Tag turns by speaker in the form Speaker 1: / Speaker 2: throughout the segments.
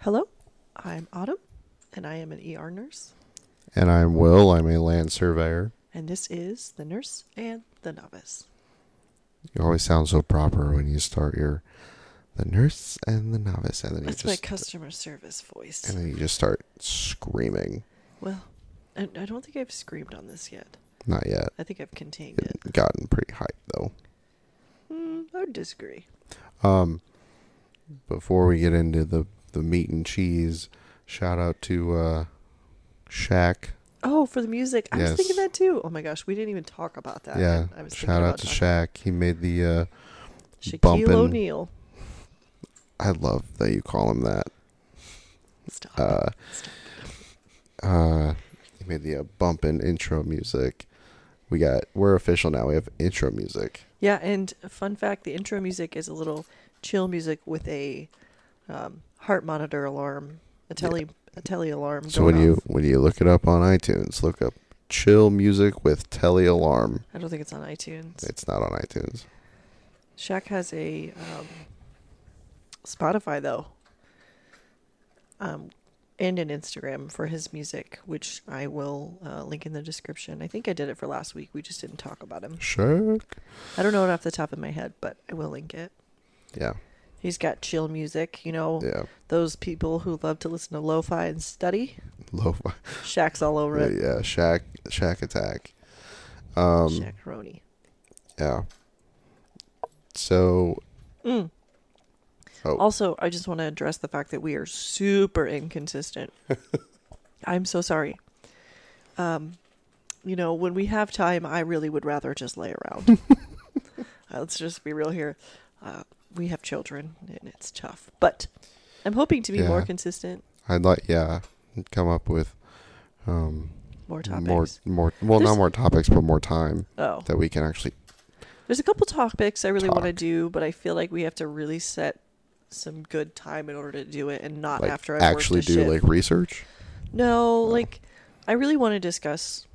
Speaker 1: Hello, I'm Autumn, and I am an ER nurse,
Speaker 2: And I'm Will. I'm a land surveyor.
Speaker 1: and this is The Nurse and the Novice.
Speaker 2: You always sound so proper when you start your the nurse and the novice, and then you
Speaker 1: That's my
Speaker 2: just
Speaker 1: customer service voice.
Speaker 2: and then you just start screaming.
Speaker 1: well, I, I don't think I've screamed on this yet.
Speaker 2: Not yet.
Speaker 1: I think I've contained it.
Speaker 2: It gotten pretty hype though.
Speaker 1: Mm, I would disagree.
Speaker 2: Um, before we get into the the meat and cheese, shout out to uh, Shaq.
Speaker 1: Oh, for the music, I was thinking
Speaker 2: Yes.
Speaker 1: that too. Oh my gosh, we didn't even talk about that.
Speaker 2: yeah,
Speaker 1: Uh, I, I was thinking
Speaker 2: shout out
Speaker 1: about
Speaker 2: to
Speaker 1: talking-
Speaker 2: Shaq. He made the. Uh,
Speaker 1: Shaquille
Speaker 2: Bumpin'.
Speaker 1: O'Neal.
Speaker 2: I love that you call him that.
Speaker 1: Stop.
Speaker 2: Uh,
Speaker 1: Stop.
Speaker 2: uh he made the uh, bump in intro music we got we're official now we have intro music
Speaker 1: Yeah, and fun fact: the intro music is a little chill music with a um, heart monitor alarm, a tele a tele alarm.
Speaker 2: so when
Speaker 1: going
Speaker 2: you
Speaker 1: off.
Speaker 2: when you look it up on itunes look up chill music with tele alarm
Speaker 1: I don't think it's on iTunes.
Speaker 2: it's not on itunes
Speaker 1: Shaq has a um, Spotify though, um, and an Instagram for his music, which I will uh, link in the description. I think I did it for last week. We just didn't talk about him.
Speaker 2: Shaq.
Speaker 1: I don't know it off the top of my head, but I will link it.
Speaker 2: yeah
Speaker 1: He's got chill music, you know,
Speaker 2: yeah
Speaker 1: those people who love to listen to lo-fi and study.
Speaker 2: low
Speaker 1: Shaq's all over it.
Speaker 2: yeah Shaq Shaq attack um
Speaker 1: Macaroni.
Speaker 2: yeah so
Speaker 1: Mm.
Speaker 2: Oh.
Speaker 1: Also, I just want to address the fact that we are super inconsistent. I'm so sorry. Um, you know, when we have time, I really would rather just lay around. Uh, let's just be real here. Uh, we have children, and it's tough. But I'm hoping to be more
Speaker 2: Yeah.
Speaker 1: consistent,
Speaker 2: I'd like yeah come up with um
Speaker 1: more topics.
Speaker 2: more more well
Speaker 1: There's-
Speaker 2: not more topics but more time
Speaker 1: oh,
Speaker 2: that we can actually
Speaker 1: there's a couple topics I really want to
Speaker 2: Talk.
Speaker 1: do, but I feel like we have to really set some good time in order to do it, and not
Speaker 2: like
Speaker 1: Uh, after I've worked
Speaker 2: actually
Speaker 1: the
Speaker 2: do
Speaker 1: shit
Speaker 2: like research.
Speaker 1: No, like I really want to discuss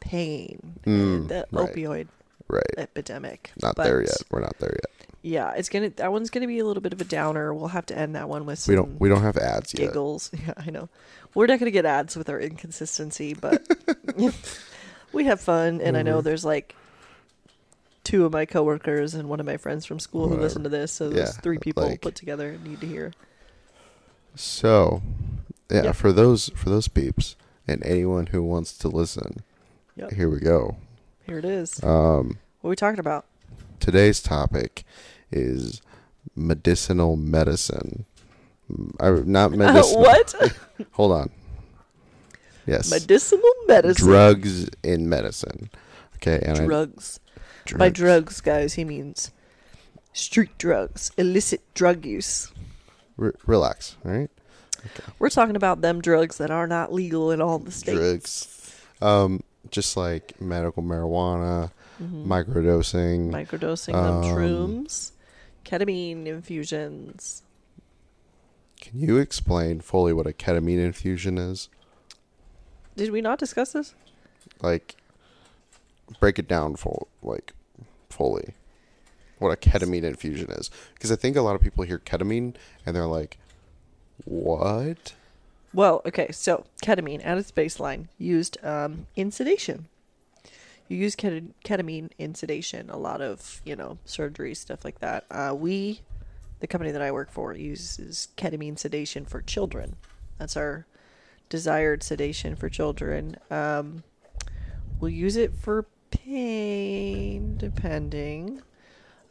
Speaker 1: pain, and
Speaker 2: Mm,
Speaker 1: the
Speaker 2: right.
Speaker 1: opioid
Speaker 2: Right.
Speaker 1: epidemic.
Speaker 2: Not
Speaker 1: but
Speaker 2: there yet. We're not there yet.
Speaker 1: Yeah, it's gonna. That one's gonna be a little bit of a downer. We'll have to end that one with some
Speaker 2: We don't we don't have ads yet.
Speaker 1: giggles. Yeah, I know. We're not gonna get ads with our inconsistency, but we have fun. And I know
Speaker 2: Mm-hmm.
Speaker 1: there's like two of my coworkers and one of my friends from school who
Speaker 2: Whatever.
Speaker 1: listen to this, so there's
Speaker 2: Yeah,
Speaker 1: three people
Speaker 2: like-
Speaker 1: put together need to hear.
Speaker 2: So yeah,
Speaker 1: Yep.
Speaker 2: for those for those peeps and anyone who wants to listen,
Speaker 1: Yep.
Speaker 2: here we go.
Speaker 1: Here it is.
Speaker 2: Um
Speaker 1: what are we talking about?
Speaker 2: today's topic is medicinal medicine. Mm, I, not medicinal.
Speaker 1: what?
Speaker 2: Hold on. Yes.
Speaker 1: Medicinal medicine.
Speaker 2: drugs in medicine. Okay, and I,
Speaker 1: drugs. By drugs, guys, he means street drugs, illicit drug use.
Speaker 2: Re- relax, all right?
Speaker 1: We're talking about them drugs that are not legal in all the states.
Speaker 2: drugs, um, just like medical marijuana,
Speaker 1: Mhm.
Speaker 2: microdosing,
Speaker 1: Microdosing
Speaker 2: Um,
Speaker 1: them shrooms, ketamine infusions.
Speaker 2: Can you explain fully what a ketamine infusion is?
Speaker 1: Did we not discuss this?
Speaker 2: Like, break it down full, like, fully. What a ketamine infusion is, because I think a lot of people hear ketamine and they're like, "What?"
Speaker 1: Well, okay, so ketamine at its baseline used um, in sedation. You use ket- ketamine in sedation, a lot of, you know, surgery, stuff like that. Uh, we, the company that I work for, uses ketamine sedation for children. That's our desired sedation for children. Um, we'll use it for pain, depending.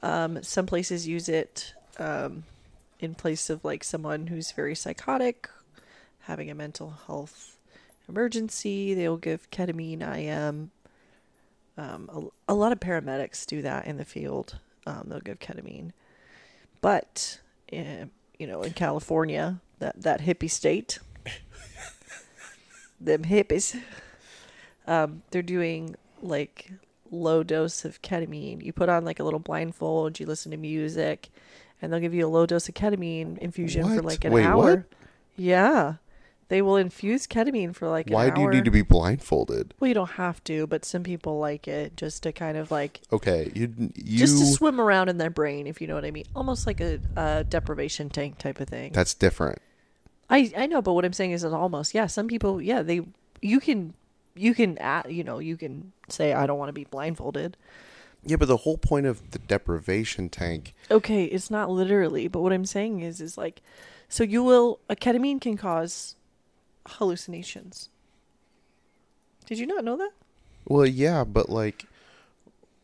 Speaker 1: Um, some places use it um, in place of like someone who's very psychotic, having a mental health emergency. They will give ketamine IM. Um, a, a lot of paramedics do that in the field. Um, they'll give ketamine, but eh, you know, in California, that that hippie state, them hippies, um, they're doing like low dose of ketamine. You put on like a little blindfold, you listen to music, and they'll give you a low dose of ketamine infusion for
Speaker 2: What?
Speaker 1: like an
Speaker 2: Wait,
Speaker 1: hour.
Speaker 2: what?
Speaker 1: Yeah. They will infuse ketamine for like
Speaker 2: Why
Speaker 1: an
Speaker 2: do you
Speaker 1: hour.
Speaker 2: need to be blindfolded?
Speaker 1: Well, you don't have to, but some people like it just to kind of like
Speaker 2: Okay, you you
Speaker 1: just to swim around in their brain, if you know what I mean. Almost like a, a deprivation tank type of thing.
Speaker 2: that's different.
Speaker 1: I I know, but what I'm saying is it's almost yeah. Some people yeah they you can you can a you know you can say I don't want to be blindfolded.
Speaker 2: Yeah, but the whole point of the deprivation tank
Speaker 1: Okay, it's not literally, but what I'm saying is is like so you will a ketamine can cause hallucinations. Did you not know that?
Speaker 2: Well, yeah, but like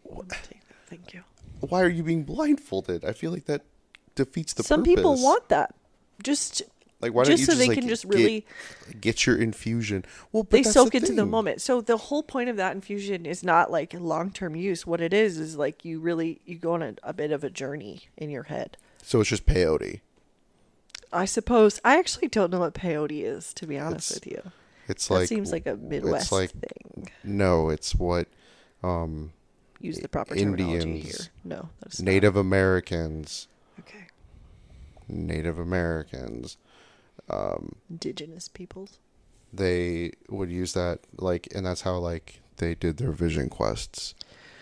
Speaker 1: Let me take that, Thank you.
Speaker 2: why are you being blindfolded? I feel like that defeats the
Speaker 1: Some
Speaker 2: purpose.
Speaker 1: people want that. Just
Speaker 2: like why don't
Speaker 1: just
Speaker 2: you
Speaker 1: so
Speaker 2: just
Speaker 1: they
Speaker 2: like,
Speaker 1: can just
Speaker 2: get-
Speaker 1: really-
Speaker 2: get your infusion. Well, but
Speaker 1: they
Speaker 2: that's
Speaker 1: soak into the
Speaker 2: thing.
Speaker 1: moment. So the whole point of that infusion is not like long term use. What it is is like you really you go on a, a bit of a journey in your head.
Speaker 2: So it's just peyote.
Speaker 1: I suppose I actually don't know what peyote is to be honest
Speaker 2: It's
Speaker 1: with you.
Speaker 2: It's
Speaker 1: That
Speaker 2: like
Speaker 1: seems like a Midwest
Speaker 2: It's like
Speaker 1: thing.
Speaker 2: no, it's what um
Speaker 1: Use the proper terminology here.
Speaker 2: Indians,
Speaker 1: No, that's not-
Speaker 2: Native Americans,
Speaker 1: Okay,
Speaker 2: Native Americans,
Speaker 1: indigenous peoples.
Speaker 2: they would use that like and that's how like they did their vision quests.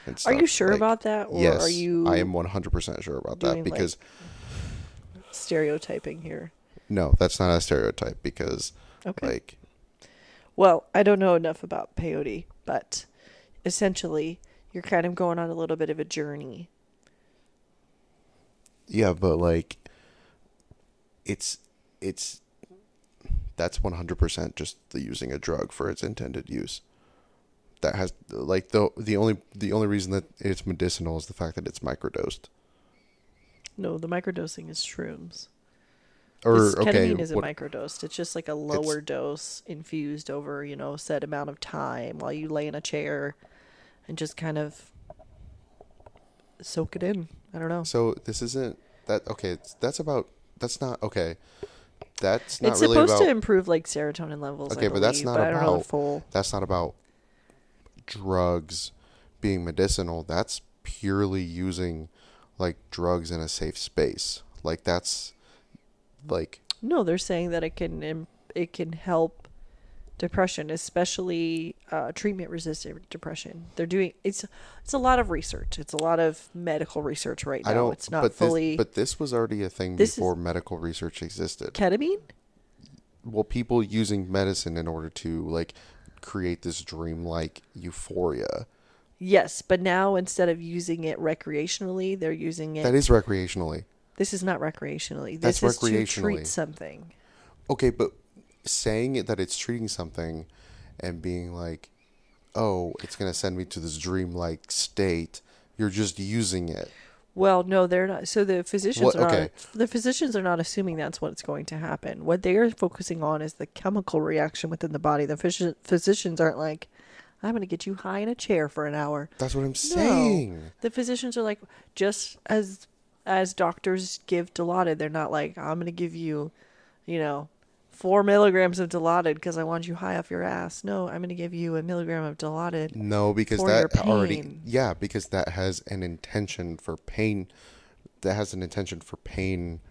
Speaker 2: and
Speaker 1: Are you
Speaker 2: stuff,
Speaker 1: sure
Speaker 2: like-
Speaker 1: about that, or
Speaker 2: yes,
Speaker 1: are you
Speaker 2: I am 100% sure about that
Speaker 1: doing, like-
Speaker 2: because
Speaker 1: stereotyping here?
Speaker 2: no, that's not a stereotype because
Speaker 1: Okay.
Speaker 2: like
Speaker 1: Well, I don't know enough about peyote, but essentially, you're kind of going on a little bit of a journey.
Speaker 2: Yeah, but like it's it's that's 100% just the using a drug for its intended use. That has like the the only the only reason that it's medicinal is the fact that it's microdosed.
Speaker 1: No, the microdosing is shrooms.
Speaker 2: Or
Speaker 1: This
Speaker 2: okay,
Speaker 1: ketamine is
Speaker 2: what-
Speaker 1: a microdose. It's just like a lower dose infused over, you know, a set amount of time while you lay in a chair and just kind of soak it in. I don't know.
Speaker 2: so this isn't that okay, it's- that's about that's not okay. That's not
Speaker 1: it's
Speaker 2: really
Speaker 1: supposed
Speaker 2: about
Speaker 1: to improve like serotonin levels.
Speaker 2: Okay,
Speaker 1: I
Speaker 2: but that's
Speaker 1: believe,
Speaker 2: not
Speaker 1: but I don't know the
Speaker 2: about-
Speaker 1: full.
Speaker 2: that's not about drugs being medicinal. That's purely using like drugs in a safe space. Like that's like
Speaker 1: No, they're saying that it can im- it can help depression, especially uh, treatment resistant depression. They're doing it's it's a lot of research. It's a lot of medical research right now.
Speaker 2: I don't.
Speaker 1: it's not
Speaker 2: but
Speaker 1: fully
Speaker 2: This, but this was already a thing
Speaker 1: This is-
Speaker 2: before medical research existed.
Speaker 1: ketamine.
Speaker 2: well, people using medicine in order to like create this dreamlike euphoria
Speaker 1: Yes, but now instead of using it recreationally, they're using it.
Speaker 2: that is recreationally.
Speaker 1: this is not recreationally.
Speaker 2: That's
Speaker 1: This is to
Speaker 2: recreationally.
Speaker 1: treat something.
Speaker 2: Okay, but saying it that it's treating something and being like, oh, it's going to send me to this dreamlike state, you're just using it.
Speaker 1: Well, no, they're not. So the physicians
Speaker 2: What-
Speaker 1: are not-
Speaker 2: okay.
Speaker 1: the physicians are not assuming that's what's going to happen. What they are focusing on is the chemical reaction within the body. The physi- physicians aren't like, "I'm going to get you high in a chair for an hour."
Speaker 2: That's what I'm
Speaker 1: No.
Speaker 2: saying.
Speaker 1: The physicians are like, just as as doctors give Dilaudid, they're not like, "I'm going to give you, you know, four milligrams of Dilaudid because I want you high off your ass." No, I'm going to give you a milligram of Dilaudid.
Speaker 2: No, because
Speaker 1: For your
Speaker 2: that already
Speaker 1: pain.
Speaker 2: yeah, because that has an intention for pain. That has an intention for pain,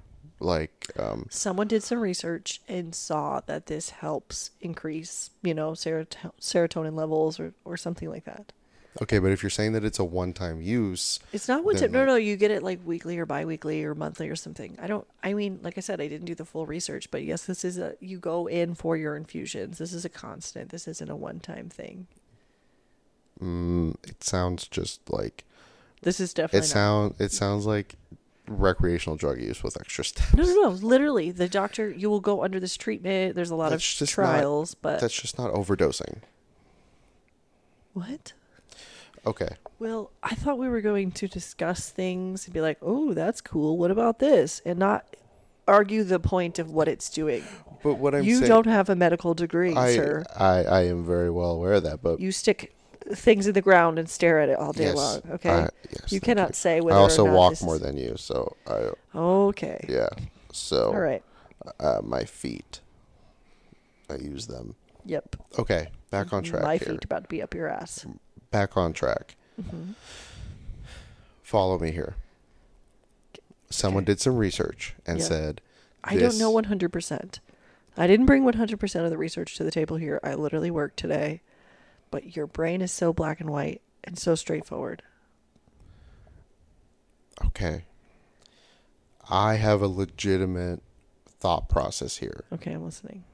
Speaker 2: like um,
Speaker 1: someone did some research and saw that this helps increase, you know, seroto- serotonin levels or, or something like that.
Speaker 2: okay. But if you're saying that it's a one-time use,
Speaker 1: It's not one
Speaker 2: Then,
Speaker 1: time. No,
Speaker 2: like-
Speaker 1: no, you get it like weekly or biweekly or monthly or something. I don't, I mean, like I said, I didn't do the full research, but yes, this is a, you go in for your infusions. This is a constant. This isn't a one time thing.
Speaker 2: mm, it sounds just like
Speaker 1: This is definitely
Speaker 2: it
Speaker 1: not.
Speaker 2: sound. It sounds like recreational drug use with extra steps.
Speaker 1: No, no, no. Literally, the doctor, you will go under this treatment. There's a lot
Speaker 2: That's
Speaker 1: of
Speaker 2: just not-
Speaker 1: trials, but
Speaker 2: That's just not overdosing.
Speaker 1: what?
Speaker 2: Okay.
Speaker 1: Well, I thought we were going to discuss things and be like, "Oh, that's cool. What about this?" and not argue the point of what it's doing.
Speaker 2: But what I'm
Speaker 1: you
Speaker 2: saying,
Speaker 1: don't have a medical degree,
Speaker 2: I,
Speaker 1: sir.
Speaker 2: I I am very well aware of that. But
Speaker 1: You stick things in the ground and stare at it all day
Speaker 2: Yes.
Speaker 1: long. Okay,
Speaker 2: Uh, yes,
Speaker 1: you
Speaker 2: thank
Speaker 1: cannot
Speaker 2: you.
Speaker 1: say
Speaker 2: I
Speaker 1: whether
Speaker 2: also
Speaker 1: or not
Speaker 2: walk
Speaker 1: this
Speaker 2: more
Speaker 1: is-
Speaker 2: than you, so I
Speaker 1: Okay,
Speaker 2: yeah. So
Speaker 1: all right.
Speaker 2: uh, my feet. I use them.
Speaker 1: Yep,
Speaker 2: Okay, back on track
Speaker 1: my
Speaker 2: here. Mm.
Speaker 1: feet about to be up your ass. Mm-hmm.
Speaker 2: Back on track. Follow me here. Someone
Speaker 1: Okay.
Speaker 2: did some research and
Speaker 1: Yeah.
Speaker 2: said,
Speaker 1: I don't
Speaker 2: this-
Speaker 1: know one hundred percent. I didn't bring 100% of the research to the table here. I literally worked today. But your brain is so black and white and so straightforward.
Speaker 2: Okay. I have a legitimate thought process here.
Speaker 1: Okay, I'm listening.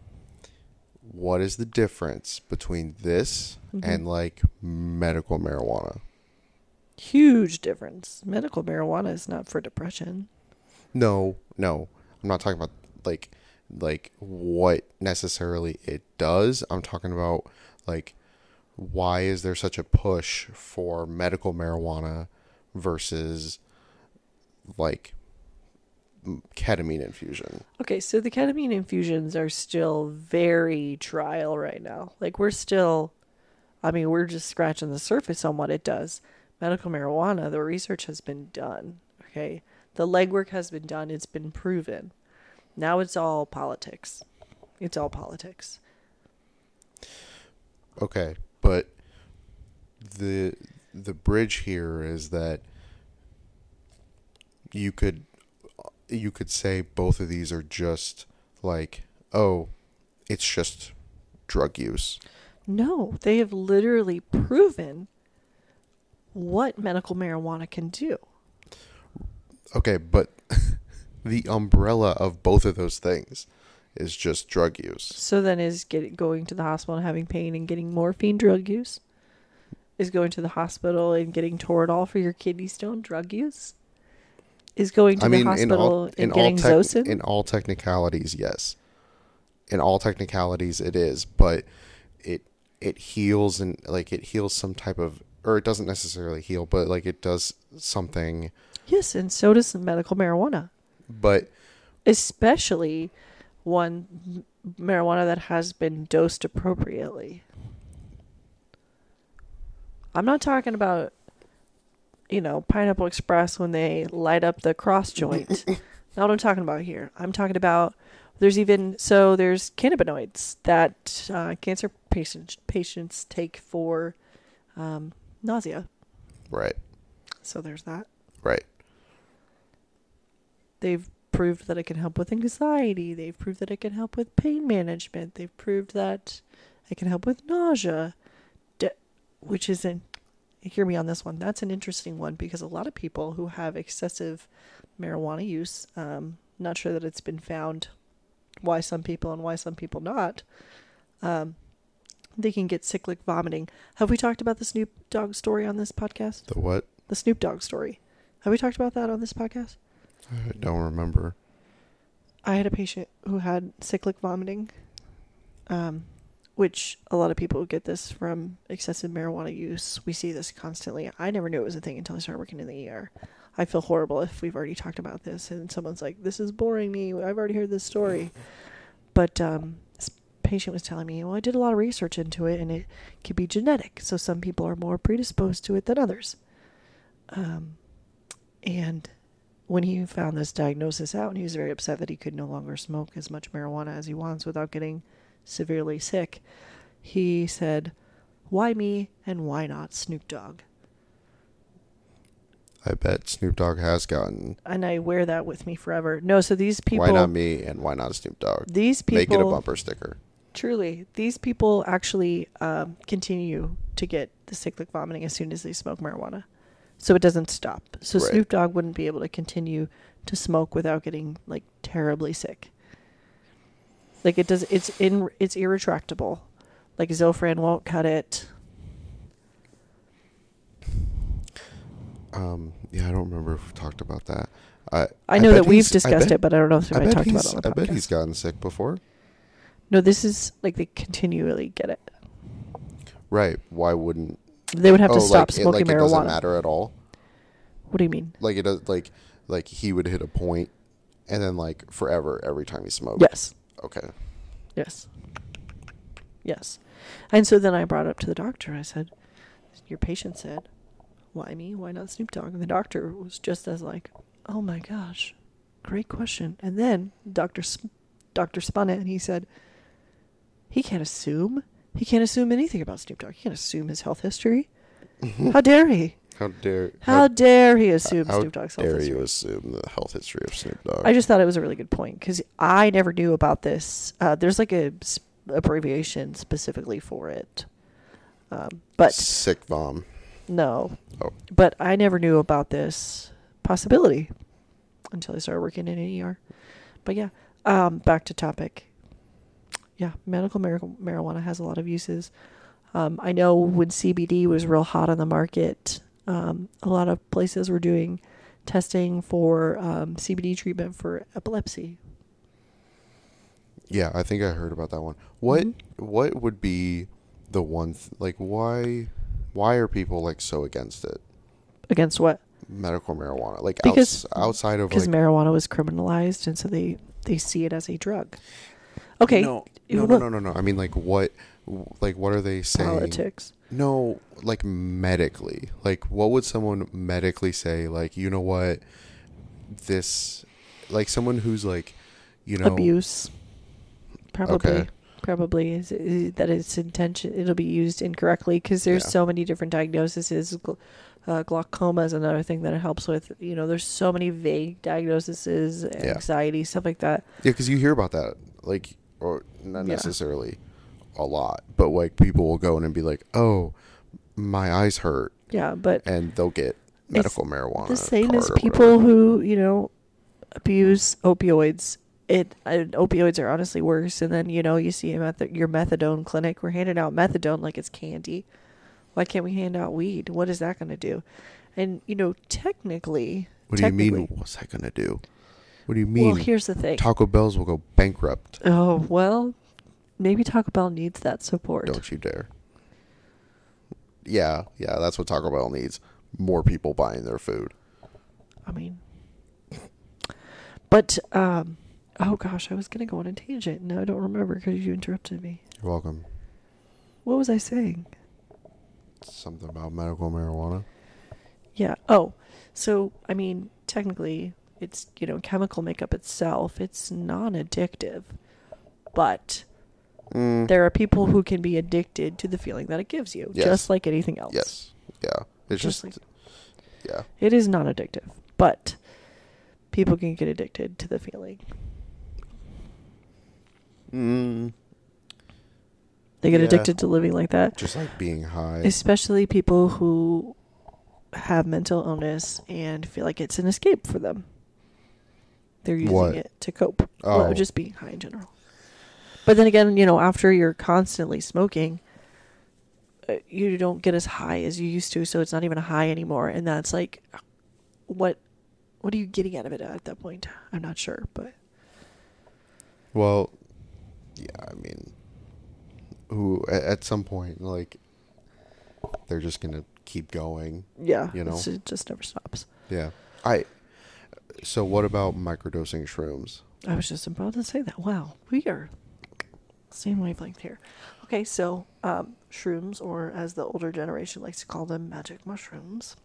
Speaker 2: What is the difference between this and like medical marijuana?
Speaker 1: Huge difference. Medical marijuana is not for depression.
Speaker 2: No, no. I'm not talking about like like what necessarily it does. I'm talking about like why is there such a push for medical marijuana versus like m- ketamine infusion?
Speaker 1: Okay, so the ketamine infusions are still very trial right now. Like we're still I mean, we're just scratching the surface on what it does. Medical marijuana, the research has been done, okay? The legwork has been done, it's been proven. Now it's all politics. It's all politics.
Speaker 2: Okay, but the the bridge here is that you could you could say both of these are just like oh, it's just drug use.
Speaker 1: No, they have literally proven what medical marijuana can do.
Speaker 2: Okay, but the umbrella of both of those things is just drug use.
Speaker 1: So then is get, going to the hospital and having pain and getting morphine drug use? Is going to the hospital and getting Toradol for your kidney stone drug use? Is going to
Speaker 2: I
Speaker 1: the
Speaker 2: mean, in
Speaker 1: hospital
Speaker 2: all
Speaker 1: and
Speaker 2: in all
Speaker 1: getting
Speaker 2: tec-
Speaker 1: Zosyn?
Speaker 2: in all technicalities, yes. In all technicalities, it is, but it it heals and like it heals some type of, or it doesn't necessarily heal, but like it does something.
Speaker 1: yes, and so does medical marijuana,
Speaker 2: But
Speaker 1: especially one m- marijuana that has been dosed appropriately. I'm not talking about, you know, Pineapple Express when they light up the cross joint. not what I'm talking about here. I'm talking about there's even so there's cannabinoids that uh, cancer patients patients take for um, nausea.
Speaker 2: right,
Speaker 1: So there's that.
Speaker 2: right,
Speaker 1: They've proved that it can help with anxiety. They've proved that it can help with pain management. They've proved that it can help with nausea, d- which isn't. Hear me on this one. That's an interesting one because a lot of people who have excessive marijuana use, um, not sure that it's been found why some people and why some people not, um, they can get cyclic vomiting. Have we talked about the Snoop Dogg story on this podcast?
Speaker 2: the what?
Speaker 1: The Snoop Dogg story. Have we talked about that on this podcast?
Speaker 2: I don't remember.
Speaker 1: I had a patient who had cyclic vomiting, um, which a lot of people get this from excessive marijuana use. We see this constantly. I never knew it was a thing until I started working in the ER. I feel horrible if we've already talked about this and someone's like, "This is boring me. I've already heard this story." But um, this patient was telling me, "Well, I did a lot of research into it, and it could be genetic. So some people are more predisposed to it than others." Um, and when he found this diagnosis out, and he was very upset that he could no longer smoke as much marijuana as he wants without getting severely sick, he said, Why me and why not Snoop Dogg?
Speaker 2: I bet Snoop Dogg has gotten.
Speaker 1: And I wear that with me forever. No, so these people.
Speaker 2: Why not me and why not Snoop Dogg?
Speaker 1: These people.
Speaker 2: Make it a bumper sticker.
Speaker 1: Truly, these people actually um, continue to get the cyclic vomiting as soon as they smoke marijuana. So it doesn't stop. So
Speaker 2: Right.
Speaker 1: Snoop Dogg wouldn't be able to continue to smoke without getting like terribly sick. Like it does it's in it's irretractable. Like Zofran won't cut it.
Speaker 2: Um, yeah, I don't remember if we talked about that. I
Speaker 1: I know that
Speaker 2: bet
Speaker 1: we've
Speaker 2: he's- I
Speaker 1: discussed
Speaker 2: bet-
Speaker 1: it, but I don't know if
Speaker 2: I
Speaker 1: I
Speaker 2: bet
Speaker 1: talked about
Speaker 2: he's-
Speaker 1: it on the
Speaker 2: I bet
Speaker 1: podcast.
Speaker 2: he's gotten sick before.
Speaker 1: no, this is like they continually get it.
Speaker 2: Right? Why wouldn't?
Speaker 1: They would have
Speaker 2: oh,
Speaker 1: to stop
Speaker 2: like,
Speaker 1: smoking
Speaker 2: it, like, It doesn't
Speaker 1: marijuana.
Speaker 2: matter at all.
Speaker 1: What do you mean?
Speaker 2: Like it does. Like like he would hit a point, and then like forever every time he smoked.
Speaker 1: Yes.
Speaker 2: Okay.
Speaker 1: Yes. Yes. And so then I brought up to the doctor. I said, Your patient said, Why me? Why not Snoop Dogg? And the doctor was just as like, Oh my gosh, great question. And then Dr. Sp- Dr. spun it and he said, He can't assume. He can't assume anything about Snoop Dogg. He can't assume his health history. How dare he?
Speaker 2: How dare
Speaker 1: How dare he assume
Speaker 2: how
Speaker 1: Snoop Dogg's health
Speaker 2: dare
Speaker 1: history?
Speaker 2: you assume the health history of Snoop Dogg?
Speaker 1: I just thought it was a really good point because I never knew about this. Uh, there's like a s- abbreviation specifically for it, um, but
Speaker 2: sick vom.
Speaker 1: no,
Speaker 2: Oh,
Speaker 1: but I never knew about this possibility until I started working in an ER. But yeah, um, back to topic. Yeah, medical mar- marijuana has a lot of uses. Um, I know when CBD was real hot on the market, um, a lot of places were doing testing for um, CBD treatment for epilepsy.
Speaker 2: yeah, I think I heard about that one. What
Speaker 1: Mm-hmm.
Speaker 2: what would be the one th- like why why are people like so against it?
Speaker 1: Against what?
Speaker 2: Medical marijuana, like
Speaker 1: Because-
Speaker 2: outs- outside of
Speaker 1: Because
Speaker 2: like
Speaker 1: marijuana was criminalized, and so they they see it as a drug. Okay.
Speaker 2: No,
Speaker 1: you
Speaker 2: no, no,
Speaker 1: look-
Speaker 2: no, no, no. I mean, like what, like what are they saying?
Speaker 1: Politics.
Speaker 2: No, like medically. Like, what would someone medically say? Like, you know what, this, like someone who's like, you know,
Speaker 1: abuse. Probably,
Speaker 2: Okay.
Speaker 1: probably is, is that its intention it'll be used incorrectly because there's
Speaker 2: Yeah.
Speaker 1: so many different diagnoses. Gl- Uh, glaucoma is another thing that it helps with. You know, there's so many vague diagnoses, anxiety, stuff like that.
Speaker 2: Yeah, because you hear about that, like, or not
Speaker 1: Yeah.
Speaker 2: necessarily a lot, but like people will go in and be like, oh, my eyes hurt,
Speaker 1: Yeah, but
Speaker 2: and they'll get medical marijuana.
Speaker 1: the same as
Speaker 2: card or
Speaker 1: people
Speaker 2: whatever.
Speaker 1: who you know abuse opioids. It and opioids are honestly worse. And then you know you see them at the, your methadone clinic. We're handing out methadone like it's candy. Why can't we hand out weed? What is that going to do? And you know technically,
Speaker 2: What do you mean?
Speaker 1: technically-
Speaker 2: What's that gonna do? What do you mean?
Speaker 1: Well, here's the thing.
Speaker 2: Taco Bell's will go bankrupt.
Speaker 1: oh well, maybe Taco Bell needs that support.
Speaker 2: Don't you dare. Yeah, yeah, that's what Taco Bell needs. More people buying their food.
Speaker 1: I mean, but um, oh gosh, I was going to go on a tangent. Now I don't remember because you interrupted me.
Speaker 2: You're welcome.
Speaker 1: What was I saying?
Speaker 2: Something about medical marijuana.
Speaker 1: Yeah. Oh, so I mean, technically, it's you know chemical makeup itself. It's non-addictive, but
Speaker 2: Mm,
Speaker 1: there are people who can be addicted to the feeling that it gives you,
Speaker 2: Yes.
Speaker 1: just like anything else.
Speaker 2: yes. Yeah. It's
Speaker 1: Just
Speaker 2: just,
Speaker 1: like-
Speaker 2: yeah.
Speaker 1: It is non-addictive, but people can get addicted to the feeling.
Speaker 2: Mm,
Speaker 1: They get
Speaker 2: Yeah.
Speaker 1: addicted to living like that.
Speaker 2: just like being high.
Speaker 1: especially people who have mental illness and feel like it's an escape for them. They're using
Speaker 2: What?
Speaker 1: it to cope.
Speaker 2: Oh.
Speaker 1: Well, just being high in general. But then again, you know, after you're constantly smoking, uh, you don't get as high as you used to, so it's not even a high anymore. And that's like, what, what are you getting out of it at that point? I'm not sure, but
Speaker 2: Well, yeah, I mean, who at, at some point, like, they're just going to keep going.
Speaker 1: yeah,
Speaker 2: You know?
Speaker 1: it's- it just never stops.
Speaker 2: Yeah. I. So, what about microdosing shrooms?
Speaker 1: I was just about to say that. Wow, we are same wavelength here. Okay, so um, shrooms, or as the older generation likes to call them, magic mushrooms.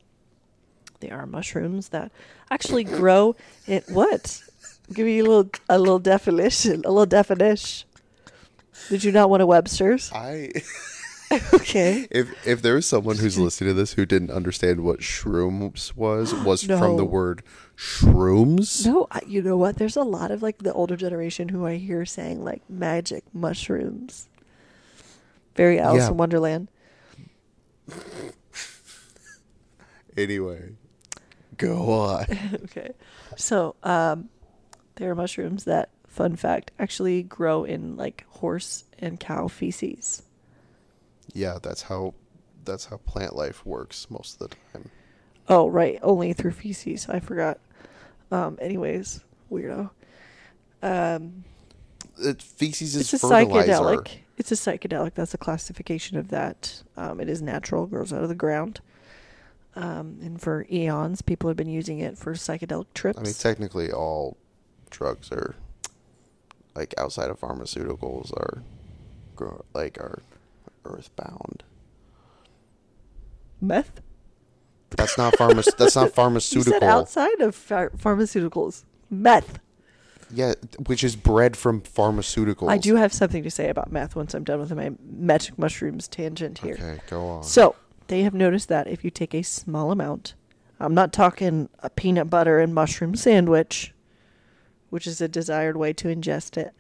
Speaker 1: They are mushrooms that actually grow in what? Give you a little a little definition, a little definition. Did you not want a Webster's?
Speaker 2: I.
Speaker 1: Okay.
Speaker 2: If if there is someone who's listening to this who didn't understand what shrooms was was from
Speaker 1: No.
Speaker 2: the word shrooms,
Speaker 1: No, I, you know what? There's a lot of like the older generation who I hear saying like magic mushrooms. Very Alice
Speaker 2: Yeah.
Speaker 1: in Wonderland.
Speaker 2: anyway, go on.
Speaker 1: okay. So, um, there are mushrooms that, fun fact, actually grow in like horse and cow feces.
Speaker 2: yeah, that's how that's how plant life works most of the time.
Speaker 1: Oh, right. Only through feces. I forgot. Um, anyways, weirdo. Um,
Speaker 2: It, feces
Speaker 1: it's
Speaker 2: is
Speaker 1: a
Speaker 2: fertilizer.
Speaker 1: psychedelic. It's a psychedelic. That's a classification of that. Um, it is natural, grows out of the ground. Um, and for eons, people have been using it for psychedelic trips.
Speaker 2: I mean, technically, all drugs are like outside of pharmaceuticals are gro- like are earthbound.
Speaker 1: Meth?
Speaker 2: That's not pharma. that's not pharmaceutical.
Speaker 1: You said outside of phar- pharmaceuticals. Meth.
Speaker 2: Yeah, which is bred from pharmaceuticals.
Speaker 1: I do have something to say about meth once I'm done with my magic mushrooms tangent here.
Speaker 2: Okay, go on.
Speaker 1: So, They have noticed that if you take a small amount, I'm not talking a peanut butter and mushroom sandwich, which is a desired way to ingest it.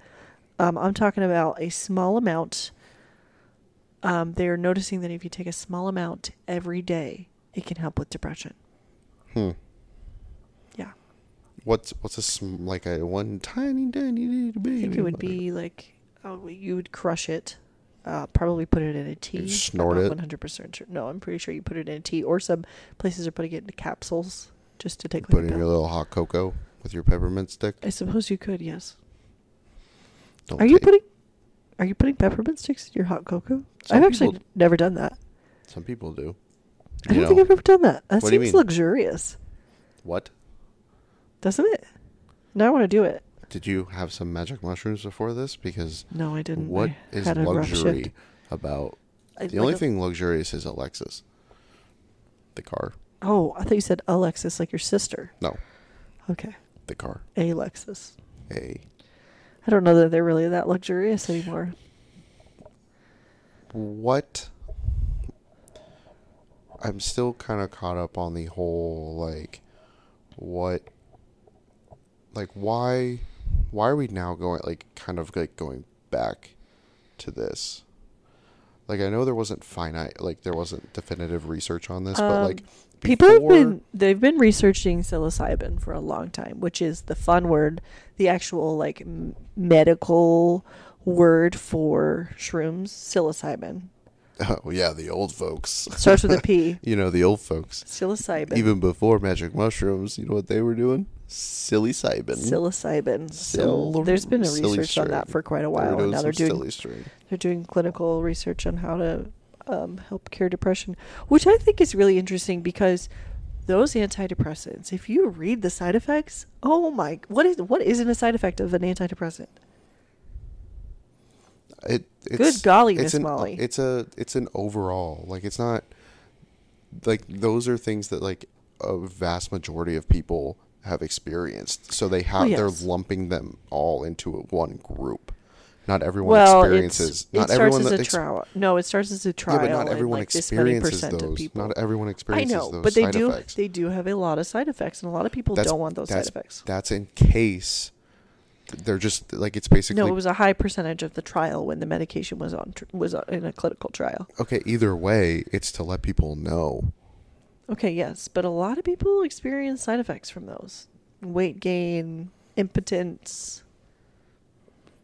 Speaker 1: Um, I'm talking about a small amount. Um, they're noticing that if you take a small amount every day, it can help with depression.
Speaker 2: Hmm.
Speaker 1: Yeah.
Speaker 2: What's what's a sm- like a one tiny tiny little baby?
Speaker 1: I think it would be like oh, you would crush it, uh, probably put it in a tea.
Speaker 2: snort it?
Speaker 1: One hundred percent sure. No, I'm pretty sure you put it in a tea, or some places are putting it into capsules just to take.
Speaker 2: put
Speaker 1: Like
Speaker 2: in
Speaker 1: a
Speaker 2: your
Speaker 1: pill.
Speaker 2: little hot cocoa with your peppermint stick.
Speaker 1: I suppose you could. Yes.
Speaker 2: Don't
Speaker 1: Uh, Are you
Speaker 2: take-
Speaker 1: putting? Are you putting peppermint sticks in your hot cocoa?
Speaker 2: Some
Speaker 1: I've actually
Speaker 2: people-
Speaker 1: never done that.
Speaker 2: Some people do.
Speaker 1: I
Speaker 2: You
Speaker 1: don't think
Speaker 2: know.
Speaker 1: I've ever done that. That
Speaker 2: What do you
Speaker 1: seems
Speaker 2: mean?
Speaker 1: luxurious,
Speaker 2: What?
Speaker 1: doesn't it? Now I want to do it.
Speaker 2: Did you have some magic mushrooms before this? Because
Speaker 1: No, I didn't.
Speaker 2: what
Speaker 1: I
Speaker 2: is
Speaker 1: had a rough shift.
Speaker 2: luxury about?
Speaker 1: I-
Speaker 2: the only
Speaker 1: like a-
Speaker 2: thing luxurious is Alexis. The car.
Speaker 1: Oh, I thought you said Alexis, like your sister.
Speaker 2: No,
Speaker 1: Okay,
Speaker 2: the car.
Speaker 1: Alexis.
Speaker 2: A.
Speaker 1: I don't know that they're really that luxurious anymore.
Speaker 2: What? I'm still kind of caught up on the whole like, what? Like why? Why are we now going like kind of like going back to this? Like I know there wasn't finite, like there wasn't definitive research on this, but
Speaker 1: Um,
Speaker 2: like
Speaker 1: People have
Speaker 2: before-
Speaker 1: been they've been researching psilocybin for a long time, which is the fun word, the actual like m- medical word for shrooms, psilocybin.
Speaker 2: Oh yeah, the old folks.
Speaker 1: Starts with a P.
Speaker 2: You know the old folks.
Speaker 1: Psilocybin.
Speaker 2: Even before magic mushrooms, you know what they were doing? Silly Sybin.
Speaker 1: psilocybin. So
Speaker 2: Sil-
Speaker 1: there's been a
Speaker 2: silly
Speaker 1: research on that
Speaker 2: string.
Speaker 1: for quite a
Speaker 2: They were
Speaker 1: while, and
Speaker 2: doing
Speaker 1: now
Speaker 2: some
Speaker 1: they're doing
Speaker 2: silly string.
Speaker 1: they're doing clinical research on how to um, help cure depression, which I think is really interesting because those antidepressants, if you read the side effects, oh my, what is what isn't a side effect of an antidepressant?
Speaker 2: It, it's,
Speaker 1: golly,
Speaker 2: it's
Speaker 1: Miss
Speaker 2: an,
Speaker 1: Molly.
Speaker 2: It's a it's an overall. Like it's not like those are things that like a vast majority of people have experienced. So they have
Speaker 1: Oh, yes.
Speaker 2: they're lumping them all into one group. Not everyone
Speaker 1: well,
Speaker 2: experiences.
Speaker 1: it's,
Speaker 2: not
Speaker 1: it
Speaker 2: everyone
Speaker 1: starts as
Speaker 2: that
Speaker 1: a
Speaker 2: ex-
Speaker 1: trial. No, it starts as a trial.
Speaker 2: Yeah, but not
Speaker 1: and,
Speaker 2: everyone
Speaker 1: like, this many
Speaker 2: experiences
Speaker 1: percent of
Speaker 2: those.
Speaker 1: people-
Speaker 2: Not everyone
Speaker 1: I
Speaker 2: experiences
Speaker 1: know,
Speaker 2: those
Speaker 1: but they
Speaker 2: side
Speaker 1: do
Speaker 2: effects.
Speaker 1: they do have a lot of side effects, and a lot of people don't want those side
Speaker 2: that's-
Speaker 1: effects.
Speaker 2: That's in case they're just like it's basically
Speaker 1: No, it was a high percentage of the trial when the medication was on tr- was on, in a clinical trial.
Speaker 2: okay. Either way, it's to let people know.
Speaker 1: Okay, yes, but a lot of people experience side effects from those: weight gain, impotence,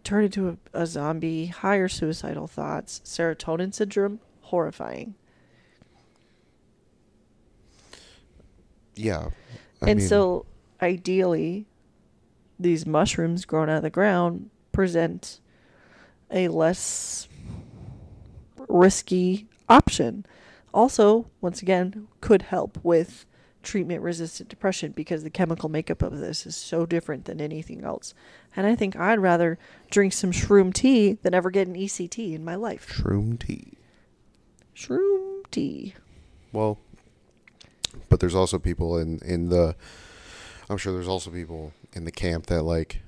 Speaker 1: turn into a, a zombie, higher suicidal thoughts, serotonin syndrome, horrifying.
Speaker 2: Yeah,
Speaker 1: and so, ideally, these mushrooms grown out of the ground present a less risky option. Also, once again, could help with treatment resistant depression because the chemical makeup of this is so different than anything else. And I think I'd rather drink some shroom tea than ever get an ECT in my life.
Speaker 2: shroom tea.
Speaker 1: Shroom tea.
Speaker 2: Well, but there's also people in in the. I'm sure there's also people in the camp that like.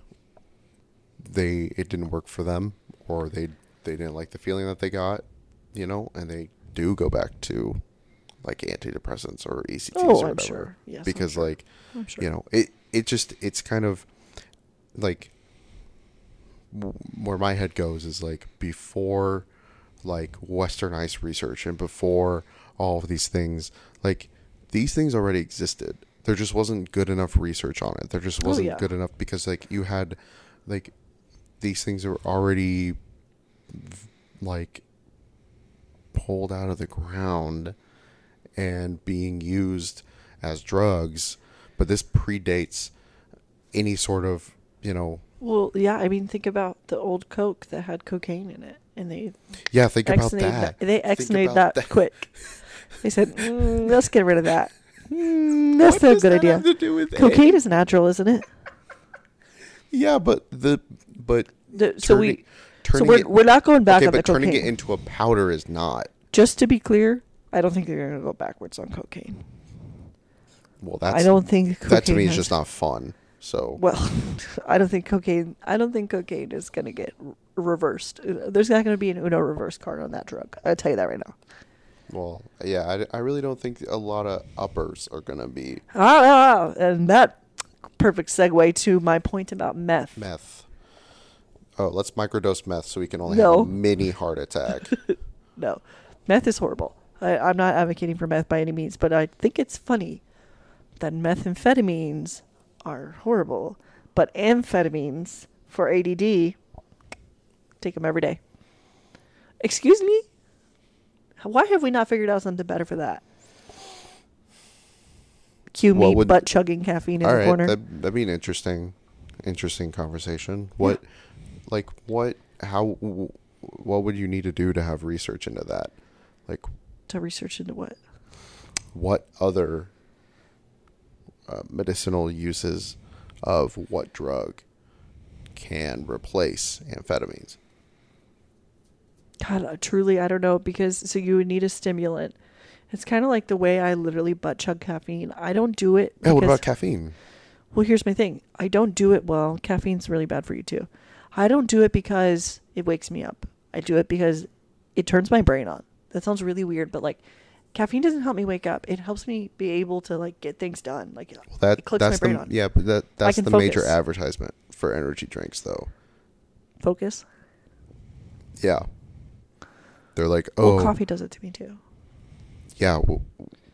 Speaker 2: They it didn't work for them, or they they didn't like the feeling that they got, you know, and they do go back to like antidepressants or ECTs
Speaker 1: Oh,
Speaker 2: or
Speaker 1: I'm
Speaker 2: whatever
Speaker 1: sure. Yes, I'm
Speaker 2: because
Speaker 1: sure.
Speaker 2: like
Speaker 1: I'm sure.
Speaker 2: you know it it just it's kind of like w- where my head goes is like before like westernized research and before all of these things like these things already existed there just wasn't good enough research on it there just
Speaker 1: Oh,
Speaker 2: wasn't
Speaker 1: yeah.
Speaker 2: good enough because like you had like these things are already v- like pulled out of the ground and being used as drugs, but this predates any sort of, you know,
Speaker 1: Well, yeah, I mean, think about the old Coke that had cocaine in it, and they
Speaker 2: yeah, think about
Speaker 1: exonerated
Speaker 2: that.
Speaker 1: that. They
Speaker 2: Think
Speaker 1: exonerated
Speaker 2: about
Speaker 1: that, quick. They said, mm, "Let's get rid of that. Mm, that's
Speaker 2: What
Speaker 1: not a
Speaker 2: does
Speaker 1: good
Speaker 2: that
Speaker 1: idea."
Speaker 2: have to do with
Speaker 1: cocaine
Speaker 2: it?
Speaker 1: is natural, isn't it?
Speaker 2: Yeah, but the but
Speaker 1: The- so we- so
Speaker 2: turning
Speaker 1: we're- we're not going back
Speaker 2: okay,
Speaker 1: on the
Speaker 2: but turning it
Speaker 1: cocaine.
Speaker 2: into a powder is not.
Speaker 1: Just to be clear, I don't think they're going to go backwards on cocaine.
Speaker 2: Well, that's
Speaker 1: I don't think cocaine
Speaker 2: that to me is
Speaker 1: has-
Speaker 2: just not fun. So
Speaker 1: Well, I don't think cocaine. I don't think cocaine is going to Uh, get r- reversed. There's not going to be an Uno reverse card on that drug. I will tell you that right now.
Speaker 2: Well, yeah, I d- I, really don't think a lot of uppers are gonna be
Speaker 1: Ah, and that perfect segue to my point about meth.
Speaker 2: meth. Oh, let's microdose meth so we can only
Speaker 1: No.
Speaker 2: have a mini heart attack.
Speaker 1: No, meth is horrible. I, I'm not advocating for meth by any means, but I think it's funny that methamphetamines are horrible, but amphetamines for ADD, take them every day. Excuse me? Why have we not figured out something better for that? Cue
Speaker 2: What
Speaker 1: me
Speaker 2: would-
Speaker 1: butt chugging caffeine in
Speaker 2: All
Speaker 1: the
Speaker 2: right,
Speaker 1: corner.
Speaker 2: that that'd be an interesting, interesting conversation. What, like, what, how, w- what would you need to do to have research into that? Like,
Speaker 1: to research into what?
Speaker 2: what other uh, medicinal uses of what drug can replace amphetamines?
Speaker 1: God, uh, truly, I don't know because so you would need a stimulant. It's kind of like the way I literally butt chug caffeine. I don't do it.
Speaker 2: Yeah, what about
Speaker 1: because-
Speaker 2: caffeine?
Speaker 1: Well, here's my thing. I don't do it well. Caffeine's really bad for you too. I don't do it because it wakes me up. I do it because it turns my brain on. That sounds really weird, but like caffeine doesn't help me wake up. It helps me be able to like get things done. Like
Speaker 2: Well, that
Speaker 1: it clicks
Speaker 2: that's
Speaker 1: my brain
Speaker 2: the
Speaker 1: on.
Speaker 2: yeah, but that that's
Speaker 1: can
Speaker 2: the major
Speaker 1: focus.
Speaker 2: advertisement for energy drinks, though.
Speaker 1: Focus.
Speaker 2: Yeah, they're like,
Speaker 1: Oh.
Speaker 2: oh,
Speaker 1: Well, coffee does it to me too.
Speaker 2: yeah, w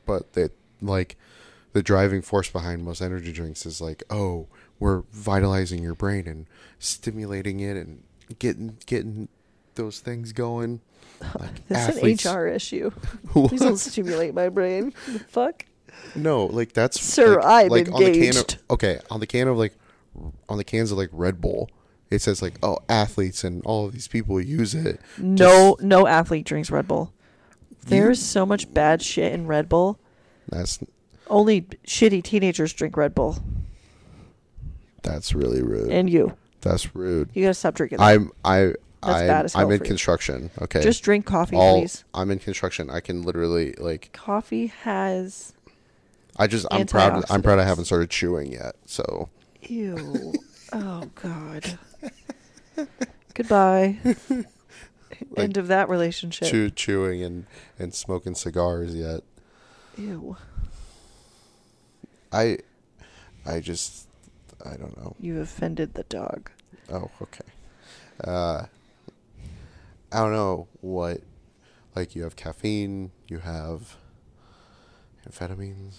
Speaker 2: but that like the driving force behind most energy drinks is like, oh, we're vitalizing your brain and stimulating it and getting getting those things going. Like
Speaker 1: That's
Speaker 2: athletes-
Speaker 1: an HR issue.
Speaker 2: What?
Speaker 1: Please don't stimulate my brain. The fuck.
Speaker 2: No, like that's
Speaker 1: Sir,
Speaker 2: like,
Speaker 1: I'm
Speaker 2: like on the can of,
Speaker 1: engaged.
Speaker 2: okay, on the can of like on the cans of like Red Bull, it says like, oh, athletes and all of these people use it. to
Speaker 1: No, no athlete drinks Red Bull. There's
Speaker 2: You-
Speaker 1: so much bad shit in Red Bull.
Speaker 2: That's
Speaker 1: Only shitty teenagers drink Red Bull.
Speaker 2: that's really rude.
Speaker 1: And you,
Speaker 2: that's rude.
Speaker 1: you gotta stop drinking. that.
Speaker 2: I'm I I
Speaker 1: bad as hell
Speaker 2: I'm in
Speaker 1: for you.
Speaker 2: construction. Okay,
Speaker 1: Just drink coffee,
Speaker 2: all
Speaker 1: please.
Speaker 2: I'm in construction. I can literally like
Speaker 1: Coffee has
Speaker 2: I just I'm proud I'm proud I
Speaker 1: Antioxidants.
Speaker 2: haven't started chewing yet. So
Speaker 1: ew. oh God. Goodbye. End of that relationship.
Speaker 2: chew, chewing and and smoking cigars yet.
Speaker 1: Ew.
Speaker 2: I I just I don't know.
Speaker 1: You offended the dog.
Speaker 2: Oh, okay. Uh, I don't know what. Like you have caffeine, you have amphetamines.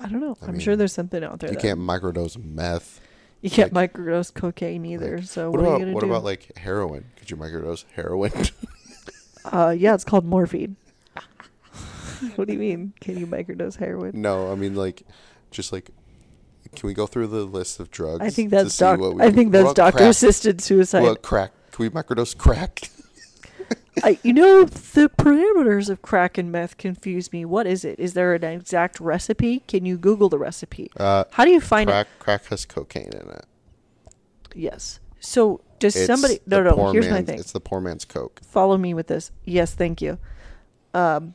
Speaker 1: I don't know.
Speaker 2: I
Speaker 1: I am sure
Speaker 2: mean,
Speaker 1: there's something out there.
Speaker 2: You
Speaker 1: that-
Speaker 2: can't microdose meth.
Speaker 1: You can't microdose cocaine either.
Speaker 2: Like,
Speaker 1: so what,
Speaker 2: what, about
Speaker 1: are you gonna
Speaker 2: what
Speaker 1: do?
Speaker 2: about like heroin? Could you microdose heroin?
Speaker 1: Uh, yeah, it's called morphine. what do you mean? Can you microdose heroin?
Speaker 2: no, I mean like, just like, can we go through the list of drugs?
Speaker 1: I think
Speaker 2: to
Speaker 1: that's
Speaker 2: see
Speaker 1: doc-
Speaker 2: what we
Speaker 1: I
Speaker 2: can-
Speaker 1: think that's
Speaker 2: what
Speaker 1: doctor
Speaker 2: crack-
Speaker 1: assisted suicide.
Speaker 2: What crack? Can we microdose crack?
Speaker 1: I, you know the parameters of crack and meth confuse me. What is it? Is there an exact recipe? Can you Google the recipe?
Speaker 2: Uh,
Speaker 1: How do you find
Speaker 2: crack, crack has cocaine in it.
Speaker 1: it? Yes. So does
Speaker 2: It's
Speaker 1: somebody? No,
Speaker 2: the
Speaker 1: no.
Speaker 2: poor
Speaker 1: Here's my
Speaker 2: man's-
Speaker 1: thing.
Speaker 2: It's the poor man's coke.
Speaker 1: Follow me with this. Yes, thank you. Um,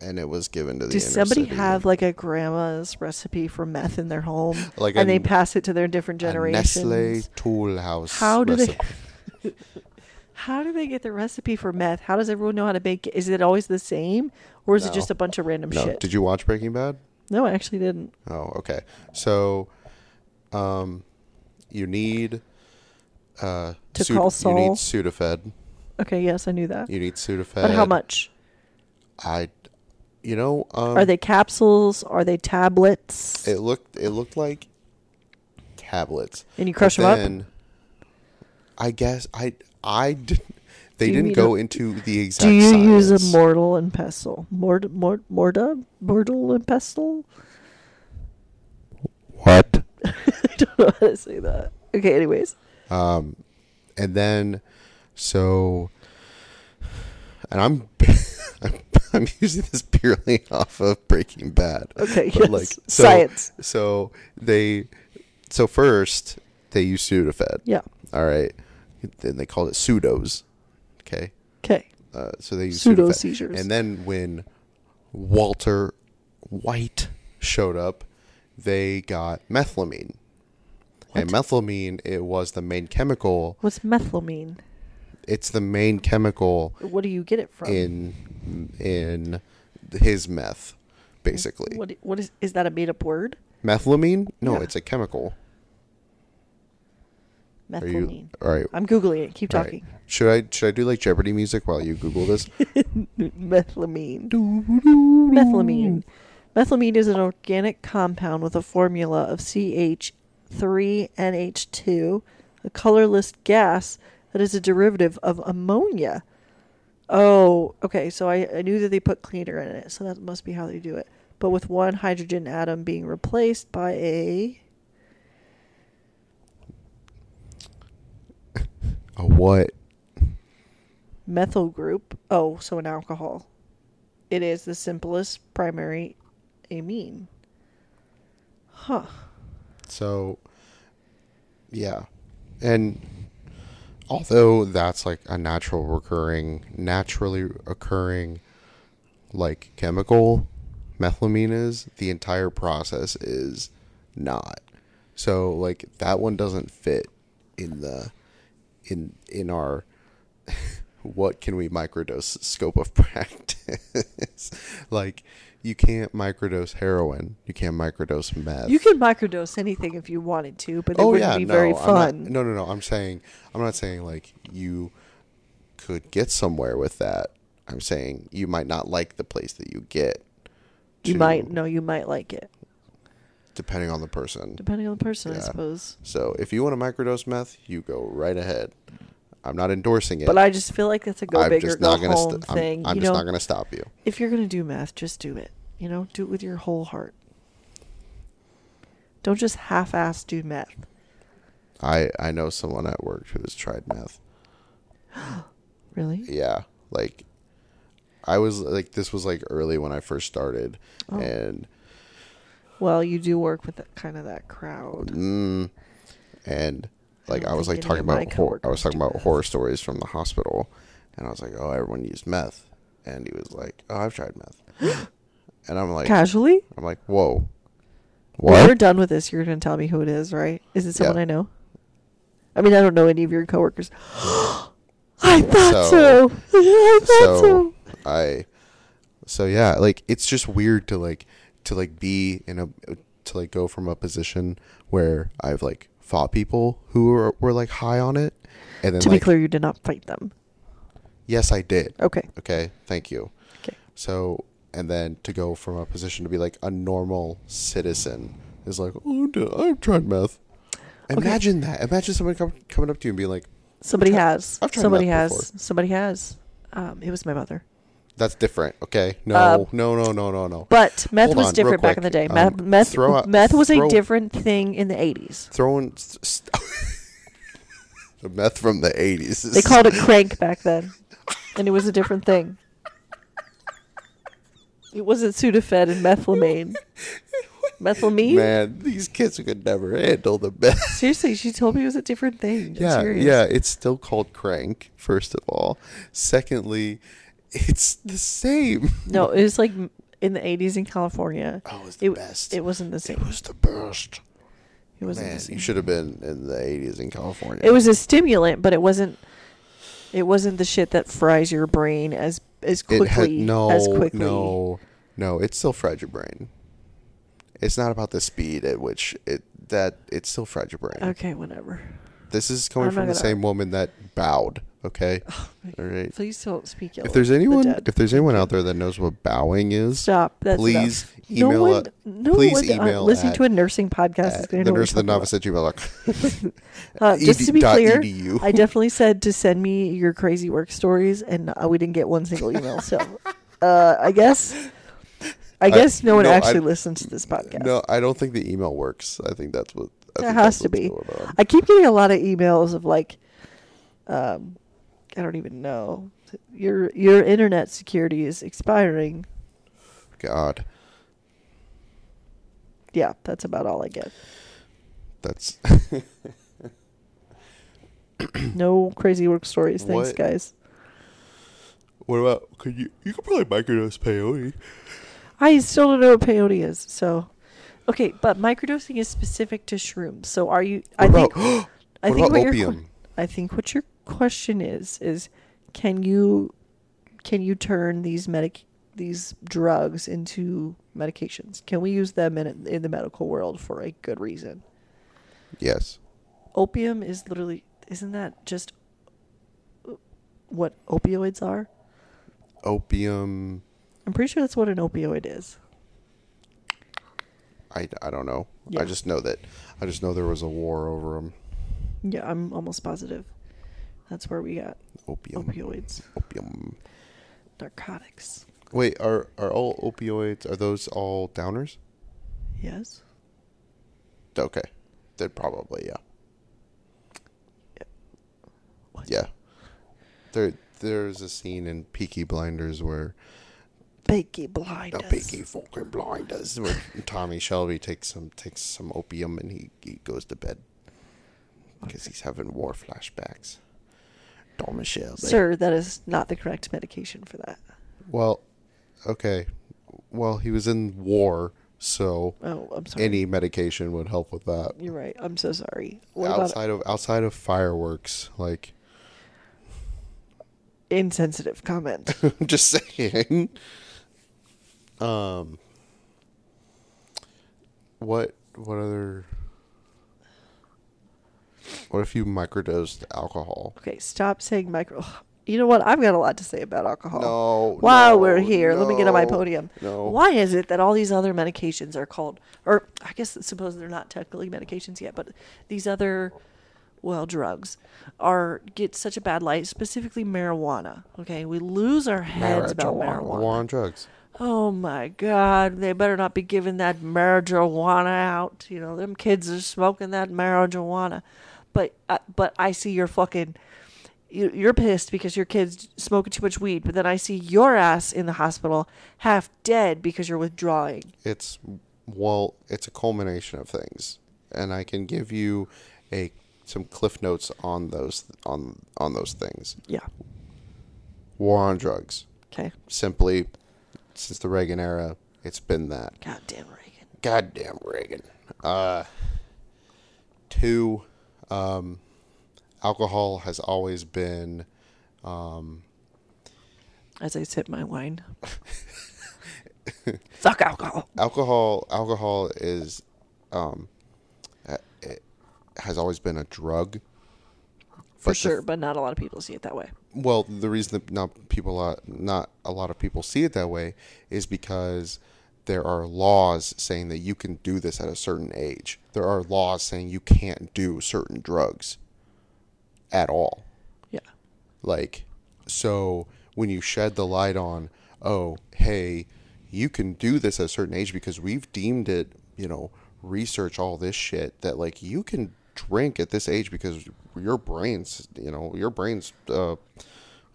Speaker 2: and it was given to the.
Speaker 1: Does
Speaker 2: inner
Speaker 1: somebody
Speaker 2: city.
Speaker 1: have like a grandma's recipe for meth in their home,
Speaker 2: Like
Speaker 1: and
Speaker 2: a-
Speaker 1: they pass it to their different
Speaker 2: A Nestle
Speaker 1: generations?
Speaker 2: Tool House?
Speaker 1: How do
Speaker 2: recipe.
Speaker 1: they? how do they get the recipe for meth? How does everyone know how to bake? it? Is it always the same, or is
Speaker 2: No.
Speaker 1: it just a bunch of random
Speaker 2: No,
Speaker 1: shit?
Speaker 2: did you watch Breaking Bad?
Speaker 1: no, I actually didn't.
Speaker 2: Oh, okay. So, um, you need uh
Speaker 1: To
Speaker 2: Sud-
Speaker 1: call
Speaker 2: You need
Speaker 1: Saul?
Speaker 2: Sudafed.
Speaker 1: Okay, yes, I knew that.
Speaker 2: You need Sudafed.
Speaker 1: but how much?
Speaker 2: I, you know, um,
Speaker 1: Are they capsules? Are they tablets?
Speaker 2: It looked. It looked like tablets.
Speaker 1: And you crush 'em up?
Speaker 2: I guess I I did. They
Speaker 1: Do you
Speaker 2: didn't
Speaker 1: need
Speaker 2: go
Speaker 1: a-
Speaker 2: into the exact.
Speaker 1: Do you use a
Speaker 2: science.
Speaker 1: mortal and pestle? Mord, mord, morda, mortal and pestle?
Speaker 2: what?
Speaker 1: I don't know how to say that. Okay, anyways.
Speaker 2: Um, and then, so, and I'm, I'm, I'm using this purely off of Breaking Bad.
Speaker 1: Okay,
Speaker 2: But,
Speaker 1: yes. Science.
Speaker 2: So they, so first they used Sudafed.
Speaker 1: Yeah.
Speaker 2: All right. Then they called it pseudos. Okay.
Speaker 1: Okay.
Speaker 2: Uh, so they used
Speaker 1: Pseudo
Speaker 2: Sudafed.
Speaker 1: seizures.
Speaker 2: And then when Walter White showed up, they got methylamine. And methylamine, it was the main chemical
Speaker 1: What's methylamine?
Speaker 2: It's the main chemical
Speaker 1: What do you get it from?
Speaker 2: in in his meth, basically.
Speaker 1: What what is is that a made up word?
Speaker 2: Methylamine? No,
Speaker 1: Yeah.
Speaker 2: it's a chemical. Are
Speaker 1: Methylamine.
Speaker 2: you all right?
Speaker 1: I'm googling it. Keep
Speaker 2: all
Speaker 1: talking.
Speaker 2: right. Should I should I do like Jeopardy music while you Google this?
Speaker 1: Methylamine. Methylamine. Methylamine is an organic compound with a formula of CH3NH2, a colorless gas that is a derivative of ammonia. Oh, okay. So I, I knew that they put cleaner in it, so that must be how they do it. But with one hydrogen atom being replaced by a.
Speaker 2: A Uh, what?
Speaker 1: methyl group. Oh, so an alcohol. It is the simplest primary amine. Huh.
Speaker 2: So, yeah, and although that's like a natural recurring, naturally occurring, like chemical, methylamine is the entire process is not. So like that one doesn't fit in the in in our what can we microdose scope of practice like you can't microdose heroin you can't microdose meth
Speaker 1: You can microdose anything if you wanted to, but it wouldn't be very
Speaker 2: Oh, I'm not-
Speaker 1: fun.
Speaker 2: no, no, no. I'm saying, I'm not saying like you could get somewhere with that. I'm saying you might not like the place that you get.
Speaker 1: you
Speaker 2: to-
Speaker 1: might no, you might like it.
Speaker 2: depending on the person.
Speaker 1: Depending on the person, I
Speaker 2: Yeah.
Speaker 1: suppose.
Speaker 2: So if you want to microdose meth, you go right ahead. I'm not endorsing it.
Speaker 1: But I just feel like that's a go
Speaker 2: I'm
Speaker 1: big or
Speaker 2: just
Speaker 1: go
Speaker 2: not gonna.
Speaker 1: home
Speaker 2: St- I'm,
Speaker 1: thing.
Speaker 2: I'm
Speaker 1: you
Speaker 2: just
Speaker 1: know,
Speaker 2: not gonna stop you.
Speaker 1: if you're gonna do meth, just do it. You know, do it with your whole heart. Don't just half-ass do meth.
Speaker 2: I I know someone at work who has tried meth.
Speaker 1: Really?
Speaker 2: yeah like i was like this was like early when i first started
Speaker 1: Oh.
Speaker 2: and
Speaker 1: Well, you do work with that kind of that crowd.
Speaker 2: mm, and
Speaker 1: I
Speaker 2: like
Speaker 1: don't
Speaker 2: I, was
Speaker 1: think
Speaker 2: like
Speaker 1: any
Speaker 2: talking
Speaker 1: of my
Speaker 2: about hor- I
Speaker 1: coworkers
Speaker 2: was talking
Speaker 1: do
Speaker 2: about
Speaker 1: meth.
Speaker 2: horror stories from the hospital and i was like oh everyone used meth and he was like oh i've tried meth and i'm like
Speaker 1: Casually?
Speaker 2: i'm like whoa
Speaker 1: When we're
Speaker 2: what
Speaker 1: done with this, you're going to tell me who it is, right? Is it someone
Speaker 2: Yeah.
Speaker 1: I know? I mean, I don't know any of your coworkers. I thought so.
Speaker 2: So-
Speaker 1: I thought so.
Speaker 2: so i so yeah like it's just weird to like to like be in a to like go from a position where i've like fought people who were, were like high on it and then
Speaker 1: To
Speaker 2: like
Speaker 1: be clear, you did not fight them.
Speaker 2: yes i did
Speaker 1: Okay.
Speaker 2: okay thank you
Speaker 1: Okay.
Speaker 2: so and then to go from a position to be like a normal citizen is like oh d- i've tried meth
Speaker 1: Okay.
Speaker 2: imagine that imagine someone com- coming up to you and being like
Speaker 1: Somebody has.
Speaker 2: I've tried
Speaker 1: Somebody has.
Speaker 2: meth before.
Speaker 1: Somebody has. Um, it was my mother.
Speaker 2: that's different okay no
Speaker 1: Uh,
Speaker 2: no no no no no
Speaker 1: But meth
Speaker 2: Hold
Speaker 1: was
Speaker 2: on, real
Speaker 1: different back in the
Speaker 2: quick.
Speaker 1: day.
Speaker 2: Um,
Speaker 1: meth meth,
Speaker 2: throw out-
Speaker 1: meth was a
Speaker 2: throw-
Speaker 1: different thing in the 80s.
Speaker 2: throwing st- st- the meth from the 80s
Speaker 1: They called it crank back then, and it was a different thing. It wasn't Sudafed and methylamine. Methylamine?
Speaker 2: man these kids could never handle the meth
Speaker 1: Seriously, she told me it was a different thing. I'm
Speaker 2: yeah
Speaker 1: serious.
Speaker 2: yeah it's still called crank first of all secondly it's the same
Speaker 1: No, it was like m- in the 80s in California.
Speaker 2: oh it's the
Speaker 1: It,
Speaker 2: best
Speaker 1: it wasn't the same.
Speaker 2: It was the best.
Speaker 1: It wasn't
Speaker 2: Man,
Speaker 1: the same.
Speaker 2: you should have been in the 80s in California.
Speaker 1: It was a stimulant, but it wasn't. It wasn't the shit that fries your brain as as
Speaker 2: It
Speaker 1: quickly
Speaker 2: had- no,
Speaker 1: as quickly.
Speaker 2: no, no. It still fried your brain. It's not about the speed at which it that it still fried your brain.
Speaker 1: Okay, whatever.
Speaker 2: This is coming
Speaker 1: I'm
Speaker 2: from
Speaker 1: not
Speaker 2: the
Speaker 1: gonna-
Speaker 2: same woman that bowed. Okay,
Speaker 1: Oh, my
Speaker 2: all right.
Speaker 1: Please don't speak ill.
Speaker 2: If there's
Speaker 1: of the
Speaker 2: anyone,
Speaker 1: dead.
Speaker 2: if there's anyone out there that knows what bowing is,
Speaker 1: Stop. That's
Speaker 2: please
Speaker 1: enough.
Speaker 2: email.
Speaker 1: No one,
Speaker 2: a-
Speaker 1: no
Speaker 2: please
Speaker 1: one
Speaker 2: email
Speaker 1: uh, listening
Speaker 2: at-
Speaker 1: to a nursing podcast is
Speaker 2: at
Speaker 1: going to
Speaker 2: uh, the
Speaker 1: know
Speaker 2: nurse
Speaker 1: what
Speaker 2: of the
Speaker 1: you're
Speaker 2: novice
Speaker 1: talking
Speaker 2: at gmail.com.
Speaker 1: about. Uh, just to be clear,
Speaker 2: ed.edu.
Speaker 1: I definitely said to send me your crazy work stories, and uh, we didn't get one single email. So, uh, I guess, I
Speaker 2: I-
Speaker 1: guess no one
Speaker 2: no, I-
Speaker 1: actually listens to this podcast.
Speaker 2: No, I don't think the email works. I think that's what I
Speaker 1: It
Speaker 2: think
Speaker 1: has
Speaker 2: that's
Speaker 1: to
Speaker 2: what's
Speaker 1: be.
Speaker 2: going on.
Speaker 1: I keep getting a lot of emails of like, um, I don't even know. Your your internet security is expiring.
Speaker 2: God,
Speaker 1: Yeah, that's about all I get.
Speaker 2: that's
Speaker 1: No crazy work stories. Thanks,
Speaker 2: What?
Speaker 1: guys.
Speaker 2: what about? Could you? You could probably microdose peyote.
Speaker 1: I still don't know what peyote is. So, okay, but microdosing is specific to shrooms. So, are you? I
Speaker 2: What
Speaker 1: think.
Speaker 2: about-
Speaker 1: I
Speaker 2: what
Speaker 1: think
Speaker 2: about
Speaker 1: what you're-
Speaker 2: opium?
Speaker 1: I think what your question is is can you can you turn these medic these drugs into medications? Can we use them in in the medical world for a good reason?
Speaker 2: Yes.
Speaker 1: Opium is literally isn't that just what opioids are?
Speaker 2: Opium.
Speaker 1: I'm pretty sure that's what an opioid is.
Speaker 2: I, I don't know.
Speaker 1: Yeah.
Speaker 2: I just know that. I just know there was a war over them.
Speaker 1: Yeah, I'm almost positive. That's where we got
Speaker 2: Opium.
Speaker 1: opioids,
Speaker 2: Opium.
Speaker 1: narcotics.
Speaker 2: Wait, are are all opioids? Are those all downers?
Speaker 1: Yes.
Speaker 2: Okay. Then probably yeah.
Speaker 1: What?
Speaker 2: Yeah. There there's a scene in Peaky Blinders where
Speaker 1: Peaky Blinders.
Speaker 2: the Peaky fucking Blinders where Tommy Shelby takes some takes some opium and he, he goes to bed because he's having war flashbacks. Tommy Shelby.
Speaker 1: Sir, that is not the correct medication for that.
Speaker 2: Well, okay. Well, he was in war, so
Speaker 1: Oh, I'm sorry.
Speaker 2: any medication would help with that.
Speaker 1: You're right. I'm so sorry. What about
Speaker 2: outside of outside of fireworks, like
Speaker 1: insensitive comment?
Speaker 2: I'm just saying. Um, what what other? What if you microdosed alcohol?
Speaker 1: okay, stop saying micro. Ugh. You know what? I've got a lot to say about alcohol.
Speaker 2: No,
Speaker 1: While
Speaker 2: no,
Speaker 1: we're here, let me get on my
Speaker 2: no,
Speaker 1: podium.
Speaker 2: no.
Speaker 1: Why is it that all these other medications are called, or I guess suppose they're not technically medications yet, but these other, well, drugs are get such a bad light, specifically marijuana. Okay, we lose our heads about marijuana.
Speaker 2: War on drugs.
Speaker 1: Oh my God, they better not be giving that marijuana out. You know, them kids are smoking that marijuana. But uh, but I see your fucking you- you're pissed because your kids smoking too much weed, but then I see your ass in the hospital half dead because you're withdrawing.
Speaker 2: It's well, it's a culmination of things, and I can give you a some cliff notes on those on on those things.
Speaker 1: Yeah.
Speaker 2: War on drugs.
Speaker 1: Okay.
Speaker 2: Simply, since the Reagan era, it's been that.
Speaker 1: Goddamn Reagan.
Speaker 2: goddamn Reagan. Uh, two, um, alcohol has always been
Speaker 1: As I sip my wine. Fuck alcohol.
Speaker 2: alcohol. Alcohol is, um, uh, it has always been a drug.
Speaker 1: For
Speaker 2: But the-
Speaker 1: sure, but not a lot of people see it that way.
Speaker 2: Well, the reason that not people lot, not a lot of people see it that way is because there are laws saying that you can do this at a certain age. There are laws saying you can't do certain drugs at all.
Speaker 1: Yeah.
Speaker 2: Like, so when you shed the light on, oh, hey, you can do this at a certain age because we've deemed it, you know, research all this shit that like you can drink at this age because your brain's, you know, your brain's uh,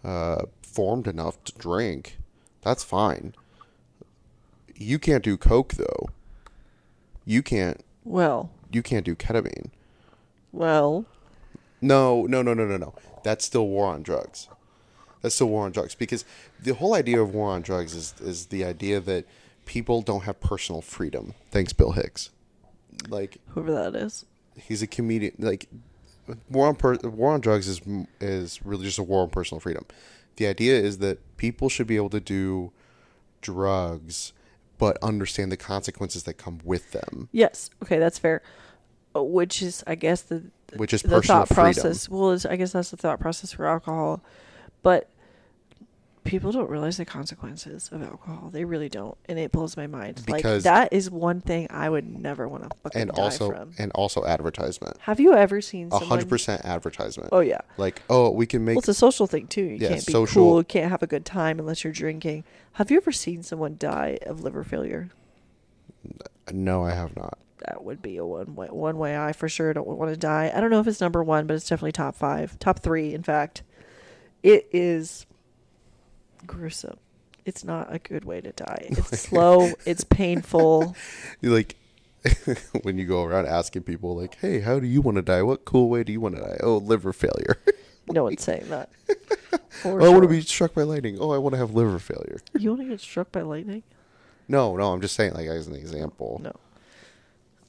Speaker 2: uh, formed enough to drink. That's fine. You can't do coke though. You can't.
Speaker 1: Well,
Speaker 2: You can't do ketamine.
Speaker 1: well,
Speaker 2: No, no, no, no, no, no. That's still war on drugs. That's still war on drugs because the whole idea of war on drugs is is the idea that people don't have personal freedom. Thanks, Bill Hicks. Like
Speaker 1: whoever that is.
Speaker 2: he's a comedian. Like war on per- war on drugs is is really just a war on personal freedom. The idea is that people should be able to do drugs, but understand the consequences that come with them.
Speaker 1: Yes. Okay, that's fair. Uh, Which is, I guess, the
Speaker 2: Which is
Speaker 1: the
Speaker 2: personal
Speaker 1: thought
Speaker 2: freedom.
Speaker 1: process. Well, is, I guess that's the thought process for alcohol, but people don't realize the consequences of alcohol. They really don't, and it blows my mind. like
Speaker 2: Because-
Speaker 1: that is one thing I would never want to fucking
Speaker 2: And
Speaker 1: die
Speaker 2: also
Speaker 1: from.
Speaker 2: and also advertisement.
Speaker 1: Have you ever seen
Speaker 2: A
Speaker 1: someone?
Speaker 2: hundred percent advertisement.
Speaker 1: Oh yeah.
Speaker 2: Like, oh, we can make
Speaker 1: Well, it's a social thing too. You
Speaker 2: Yeah,
Speaker 1: can't be
Speaker 2: social-
Speaker 1: cool. You can't have a good time unless you're drinking. Have you ever seen someone die of liver failure?
Speaker 2: No, I have not.
Speaker 1: that would be a one way one way I for sure don't want to die. I don't know if it's number one, but it's definitely top five, top three, in fact. It is gruesome. It's not a good way to die. It's slow. It's painful.
Speaker 2: You like when you go around asking people like, "Hey, how do you want to die? What cool way do you want to die?" Oh, liver failure.
Speaker 1: No one's saying that. For
Speaker 2: oh, I want to
Speaker 1: sure.
Speaker 2: be struck by lightning. Oh, I want to have liver failure.
Speaker 1: You want to get struck by lightning?
Speaker 2: No, no, I'm just saying like as an example.
Speaker 1: No.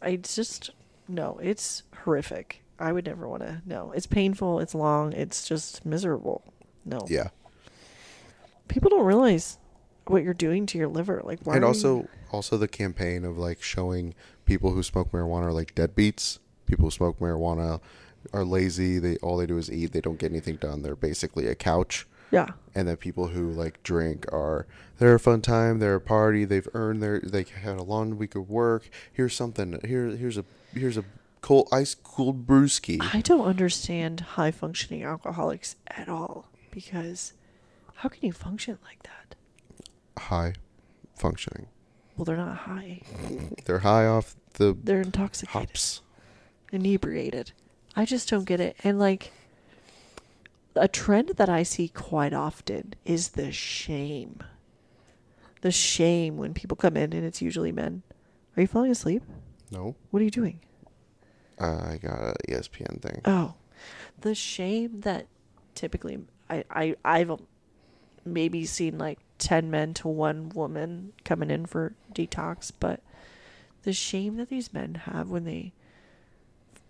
Speaker 1: I just no. It's horrific. I would never want to. No, it's painful. It's long. It's just miserable. No.
Speaker 2: Yeah.
Speaker 1: People don't realize what you're doing to your liver. Like why?
Speaker 2: and
Speaker 1: are you-
Speaker 2: also also the campaign of like showing people who smoke marijuana are like deadbeats people who smoke marijuana are lazy they all they do is eat they don't get anything done they're basically a couch
Speaker 1: yeah.
Speaker 2: and then people who like drink are they're a fun time they're a party they've earned their they had a long week of work here's something here here's a here's a cold ice cooled brewski
Speaker 1: I don't understand high functioning alcoholics at all because how can you function like that?
Speaker 2: high functioning
Speaker 1: Well, they're not high.
Speaker 2: they're high off the
Speaker 1: They're intoxicated.
Speaker 2: hops
Speaker 1: inebriated. I just don't get it. And like a trend that I see quite often is the shame. The shame when people come in and it's usually men. Are you falling asleep?
Speaker 2: no Uh,
Speaker 1: What are you doing?
Speaker 2: i got a E espn thing
Speaker 1: Oh, the shame that typically I, I I've maybe seen like ten men to one woman coming in for detox, but the shame that these men have when they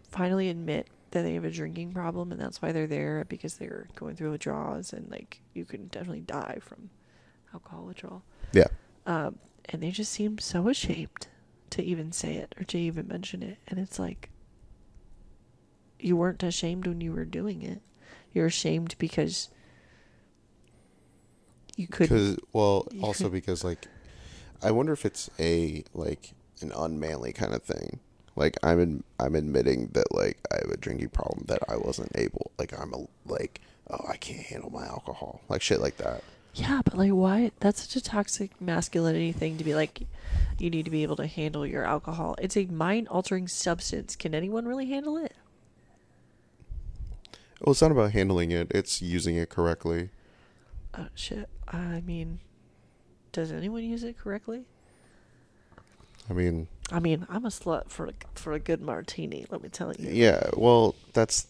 Speaker 1: finally admit that they have a drinking problem and that's why they're there because they're going through withdrawals and like you can definitely die from alcohol withdrawal.
Speaker 2: yeah
Speaker 1: Um, and they just seem so ashamed to even say it or to even mention it. And it's like, you weren't ashamed when you were doing it. You're ashamed because you couldn't.
Speaker 2: because well
Speaker 1: you
Speaker 2: also
Speaker 1: could-
Speaker 2: because like i wonder if it's a like an unmanly kind of thing like i'm in, i'm admitting that like i have a drinking problem that i wasn't able like i'm a like oh i can't handle my alcohol like shit like that
Speaker 1: Yeah, but like, why? That's such a toxic masculinity thing to be like, you need to be able to handle your alcohol. It's a mind altering substance. Can anyone really handle it?
Speaker 2: well it's not about handling it it's using it correctly
Speaker 1: Oh, shit. I mean, does anyone use it correctly?
Speaker 2: i mean
Speaker 1: I mean, I'm a slut for a, for a good martini, let me tell you.
Speaker 2: yeah well that's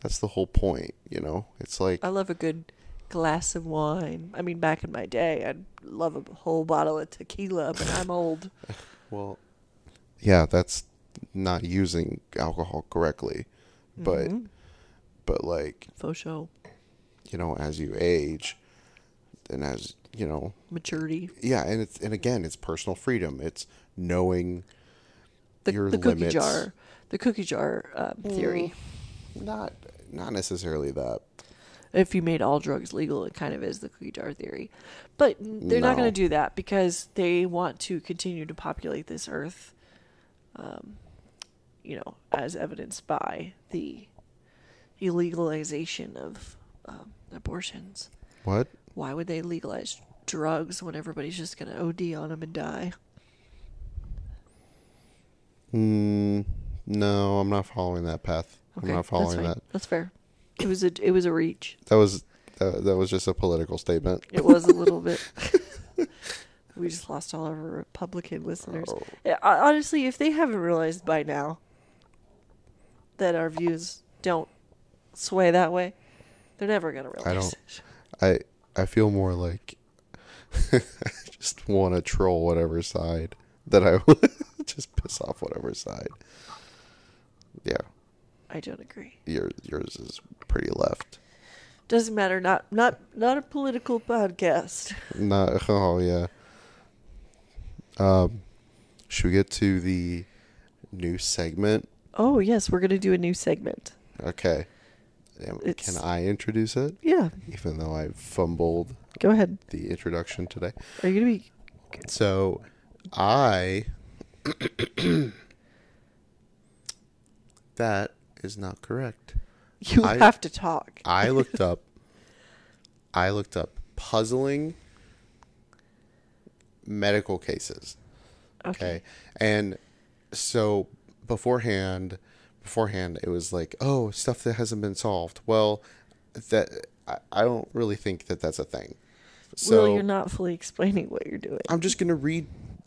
Speaker 2: that's the whole point you know it's like
Speaker 1: I love a good glass of wine. I mean, back in my day, I'd love a whole bottle of tequila, but I'm old.
Speaker 2: well yeah that's not using alcohol correctly but
Speaker 1: Mhm.
Speaker 2: but like
Speaker 1: faux show
Speaker 2: you know, as you age, and as you know,
Speaker 1: maturity.
Speaker 2: yeah, and it's and again, it's personal freedom. It's knowing
Speaker 1: The,
Speaker 2: Your
Speaker 1: the cookie
Speaker 2: limits.
Speaker 1: jar, the cookie jar um, theory.
Speaker 2: not not necessarily that.
Speaker 1: If you made all drugs legal, it kind of is the cookie jar theory, but they're not going to
Speaker 2: No.
Speaker 1: do that because they want to continue to populate this earth. Um, you know, as evidenced by the illegalization of um, abortions.
Speaker 2: What?
Speaker 1: why would they legalize drugs when everybody's just going to OD on them and die?
Speaker 2: Mm, no, I'm not following that path. I'm not
Speaker 1: that's
Speaker 2: following
Speaker 1: fine.
Speaker 2: that.
Speaker 1: That's fair. It was a it was a reach.
Speaker 2: That was that, that was just a political statement.
Speaker 1: It was a little bit. we just lost all our Republican listeners.
Speaker 2: Oh.
Speaker 1: Yeah, hon- honestly, if they haven't realized by now that our views don't sway that way, they're never going to realize.
Speaker 2: I don't-
Speaker 1: it.
Speaker 2: I I feel more like I just want to troll whatever side that I just piss off whatever side. Yeah,
Speaker 1: I don't agree.
Speaker 2: yours yours is pretty left.
Speaker 1: Doesn't matter. Not not not a political podcast.
Speaker 2: No, oh yeah. Um, should we get to the new segment?
Speaker 1: Oh yes, we're going to do a new segment.
Speaker 2: Okay. Am-
Speaker 1: It's-
Speaker 2: Can I introduce it?
Speaker 1: Yeah,
Speaker 2: Even though I fumbled
Speaker 1: go ahead.
Speaker 2: the introduction today.
Speaker 1: Are you going to be
Speaker 2: So, I. that is not correct.
Speaker 1: You
Speaker 2: I-
Speaker 1: have to talk.
Speaker 2: I looked up. I looked up puzzling medical cases. Okay. And so beforehand, beforehand, it was like, oh, stuff that hasn't been solved. Well, that I, I don't really think that that's a thing. So
Speaker 1: well, you're not fully explaining what you're doing.
Speaker 2: I'm just gonna read.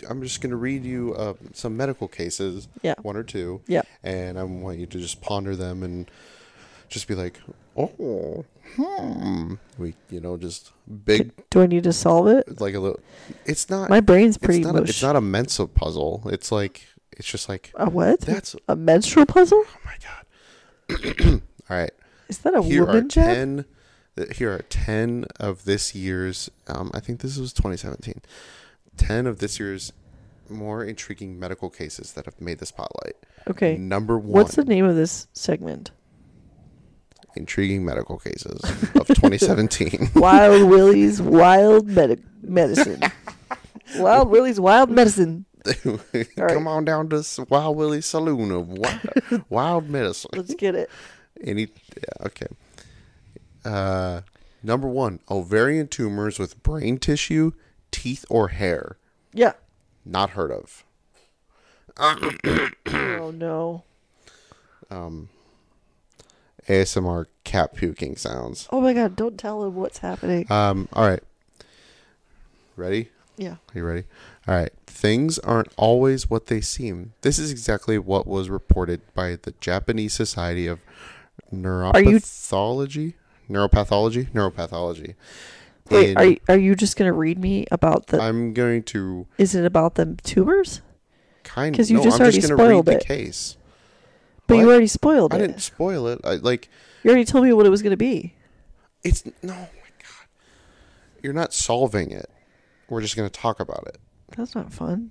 Speaker 2: I'm just gonna read you uh, some medical cases.
Speaker 1: Yeah.
Speaker 2: One or two.
Speaker 1: Yeah.
Speaker 2: And I want you to just ponder them and just be like, oh, hmm. We, you know, just big
Speaker 1: Do I need to solve it?
Speaker 2: like a little. It's not.
Speaker 1: My brain's
Speaker 2: it's
Speaker 1: pretty
Speaker 2: not, a, it's
Speaker 1: mush.
Speaker 2: not a mental puzzle. It's like it's just like
Speaker 1: a what?
Speaker 2: that's
Speaker 1: a menstrual puzzle?
Speaker 2: oh my god All right.
Speaker 1: Is that a
Speaker 2: Here are
Speaker 1: woman jab?
Speaker 2: ten. th- Here are ten of this year's. Um, I think this was 2017. Ten of this year's more intriguing medical cases that have made the spotlight.
Speaker 1: Okay.
Speaker 2: Number one.
Speaker 1: What's the name of this segment?
Speaker 2: Intriguing medical cases of 2017.
Speaker 1: Wild Willie's Wild Medi- Medicine. Wild Willie's Wild Medicine. right.
Speaker 2: Come on down to S- Wild Willie Saloon of Wild, Wild Medicine.
Speaker 1: Let's get it.
Speaker 2: Any yeah, okay. Uh, number one: ovarian tumors with brain tissue, teeth, or hair.
Speaker 1: Yeah.
Speaker 2: Not heard of.
Speaker 1: Oh no.
Speaker 2: ASMR cat puking sounds.
Speaker 1: Oh my god, don't tell him what's happening.
Speaker 2: Um, all right. Ready?
Speaker 1: yeah.
Speaker 2: Are you ready? All right. Things aren't always what they seem. This is exactly what was reported by the Japanese Society of
Speaker 1: you-
Speaker 2: Neuropathology. Neuropathology? Neuropathology.
Speaker 1: Wait,
Speaker 2: In-
Speaker 1: are you, are you just gonna read me about the?
Speaker 2: I'm going to
Speaker 1: is it about the tumors?
Speaker 2: kind of.
Speaker 1: 'Cause you
Speaker 2: no,
Speaker 1: just
Speaker 2: I'm
Speaker 1: already
Speaker 2: just going to read
Speaker 1: spoiled
Speaker 2: the
Speaker 1: it.
Speaker 2: case.
Speaker 1: But you
Speaker 2: What?
Speaker 1: already spoiled
Speaker 2: I
Speaker 1: it.
Speaker 2: didn't spoil it. I like.
Speaker 1: You already told me what it was gonna be.
Speaker 2: It's no, my God. You're not solving it. We're just going to talk about it.
Speaker 1: That's not fun.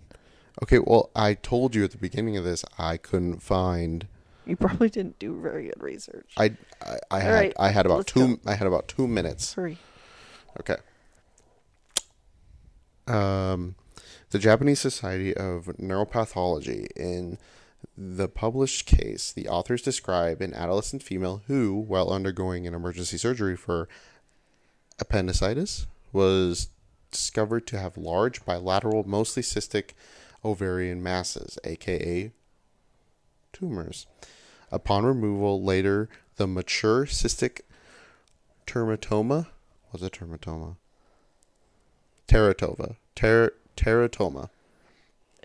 Speaker 2: Okay, well, I told you at the beginning of this I couldn't find.
Speaker 1: You probably didn't do very good research.
Speaker 2: I I, I had
Speaker 1: right,
Speaker 2: I had about
Speaker 1: let's
Speaker 2: two I had about two minutes.
Speaker 1: Sorry.
Speaker 2: Okay. Um, the Japanese Society of Neuropathology in the published case, the authors describe an adolescent female who, while undergoing an emergency surgery for appendicitis, was discovered to have large bilateral, mostly cystic ovarian masses, aka tumors. Upon removal later, the mature cystic termatoma was a termatoma. Teratova. Ter- teratoma.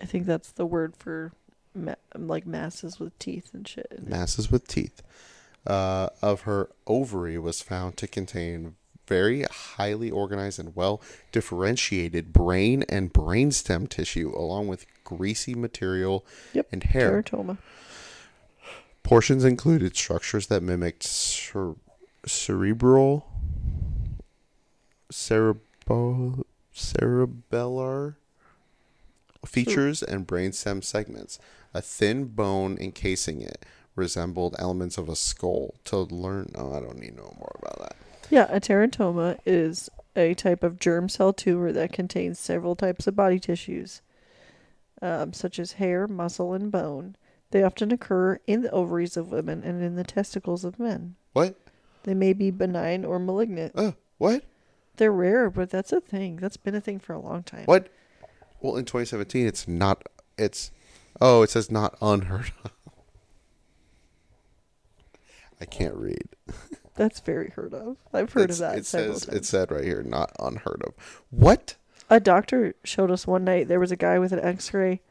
Speaker 1: I think that's the word for ma- like masses with teeth and shit. in it.
Speaker 2: Masses with teeth. Uh, of her ovary was found to contain very highly organized and well differentiated brain and brainstem tissue, along with greasy material
Speaker 1: Yep.
Speaker 2: and hair.
Speaker 1: Teratoma.
Speaker 2: Portions included structures that mimicked cer- cerebral, cerebro, cerebellar features and brainstem segments. A thin bone encasing it resembled elements of a skull. To learn, oh, I don't need to know more about that.
Speaker 1: Yeah, a teratoma is a type of germ cell tumor that contains several types of body tissues, um, such as hair, muscle, and bone. They often occur in the ovaries of women and in the testicles of men.
Speaker 2: What?
Speaker 1: They may be benign or malignant.
Speaker 2: Uh, what?
Speaker 1: They're rare, but that's a thing. That's been a thing for a long time.
Speaker 2: What? Well, in 2017, it's not. It's. Oh, it says not unheard of. I can't read.
Speaker 1: That's very heard of. I've heard
Speaker 2: It's-
Speaker 1: of that.
Speaker 2: It
Speaker 1: several
Speaker 2: says
Speaker 1: times.
Speaker 2: it said right here, not unheard of. What?
Speaker 1: A doctor showed us one night there was a guy with an x ray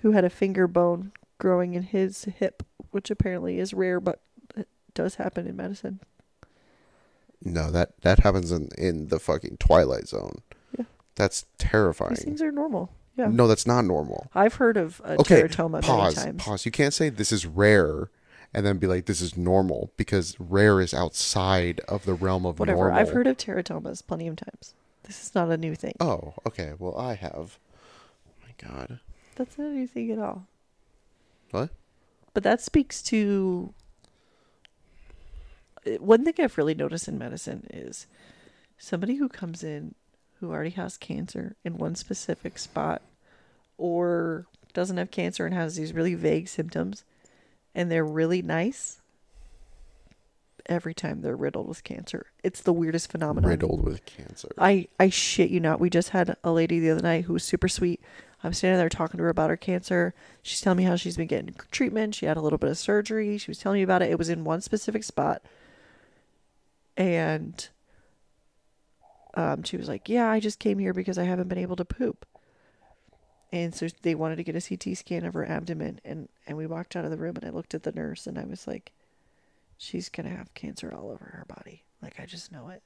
Speaker 1: who had a finger bone growing in his hip, which apparently is rare, but it does happen in medicine.
Speaker 2: No, that that happens in in the fucking Twilight Zone.
Speaker 1: Yeah.
Speaker 2: That's
Speaker 1: These
Speaker 2: terrifying.
Speaker 1: things are normal. Yeah.
Speaker 2: No, that's not normal.
Speaker 1: I've heard of a
Speaker 2: Okay,
Speaker 1: teratoma
Speaker 2: pause.
Speaker 1: many times.
Speaker 2: Pause. You can't say this is rare and then be like this is normal because rare is outside of the realm of
Speaker 1: Whatever.
Speaker 2: normal.
Speaker 1: I've heard of teratomas plenty of times. This is not a new thing.
Speaker 2: Oh, okay. Well, I have. Oh my God.
Speaker 1: That's not a new thing at all.
Speaker 2: What?
Speaker 1: But that speaks to Uh, one thing I've really noticed in medicine is somebody who comes in who already has cancer in one specific spot or doesn't have cancer and has these really vague symptoms and they're really nice every time they're riddled with cancer. It's the weirdest phenomenon.
Speaker 2: Riddled with cancer.
Speaker 1: I I shit you not. We just had a lady the other night who was super sweet. I'm standing there talking to her about her cancer. She's telling me how she's been getting treatment. She had a little bit of surgery. She was telling me about it. It was in one specific spot, and um, she was like, "Yeah, I just came here because I haven't been able to poop." And so they wanted to get a CT scan of her abdomen, and and we walked out of the room, and I looked at the nurse, and I was like, "She's gonna have cancer all over her body. Like I just know it."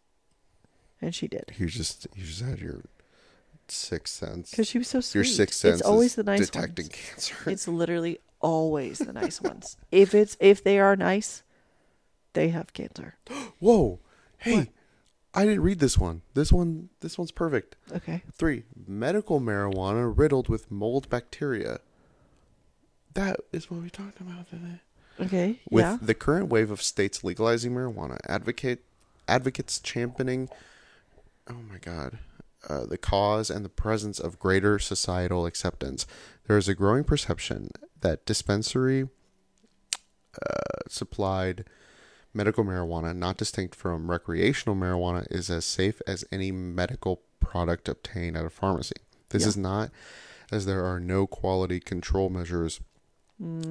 Speaker 1: And she did.
Speaker 2: You just you just had your sixth sense.
Speaker 1: Because she was so sweet.
Speaker 2: Your sixth sense
Speaker 1: It's always
Speaker 2: is
Speaker 1: the nice
Speaker 2: detecting
Speaker 1: ones.
Speaker 2: cancer.
Speaker 1: It's literally always the nice ones. If it's if they are nice, They have cancer.
Speaker 2: Whoa. Hey,
Speaker 1: What?
Speaker 2: I didn't read this one. This one this one's perfect.
Speaker 1: Okay.
Speaker 2: Three, medical marijuana riddled with mold bacteria. That is what we talked about today.
Speaker 1: Okay.
Speaker 2: With
Speaker 1: yeah.
Speaker 2: the current wave of states legalizing marijuana, advocate advocates championing, oh my god, uh, the cause and the presence of greater societal acceptance. There is a growing perception that dispensary uh, supplied medical marijuana, not distinct from recreational marijuana, is as safe as any medical product obtained at a pharmacy. This
Speaker 1: Yeah.
Speaker 2: is not, as there are no quality control measures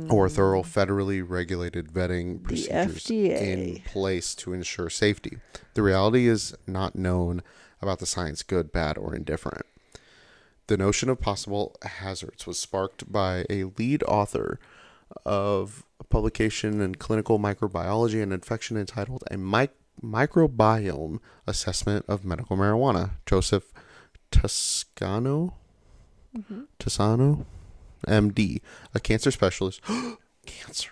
Speaker 2: or thorough federally regulated vetting procedures in
Speaker 1: FDA.
Speaker 2: place to ensure safety. The reality is not known about the science, good, bad, or indifferent. The notion of possible hazards was sparked by a lead author of a publication in clinical microbiology and infection entitled A Mic- Microbiome Assessment of Medical Marijuana, Joseph Toscano. Toscano, MD, a cancer specialist, cancer,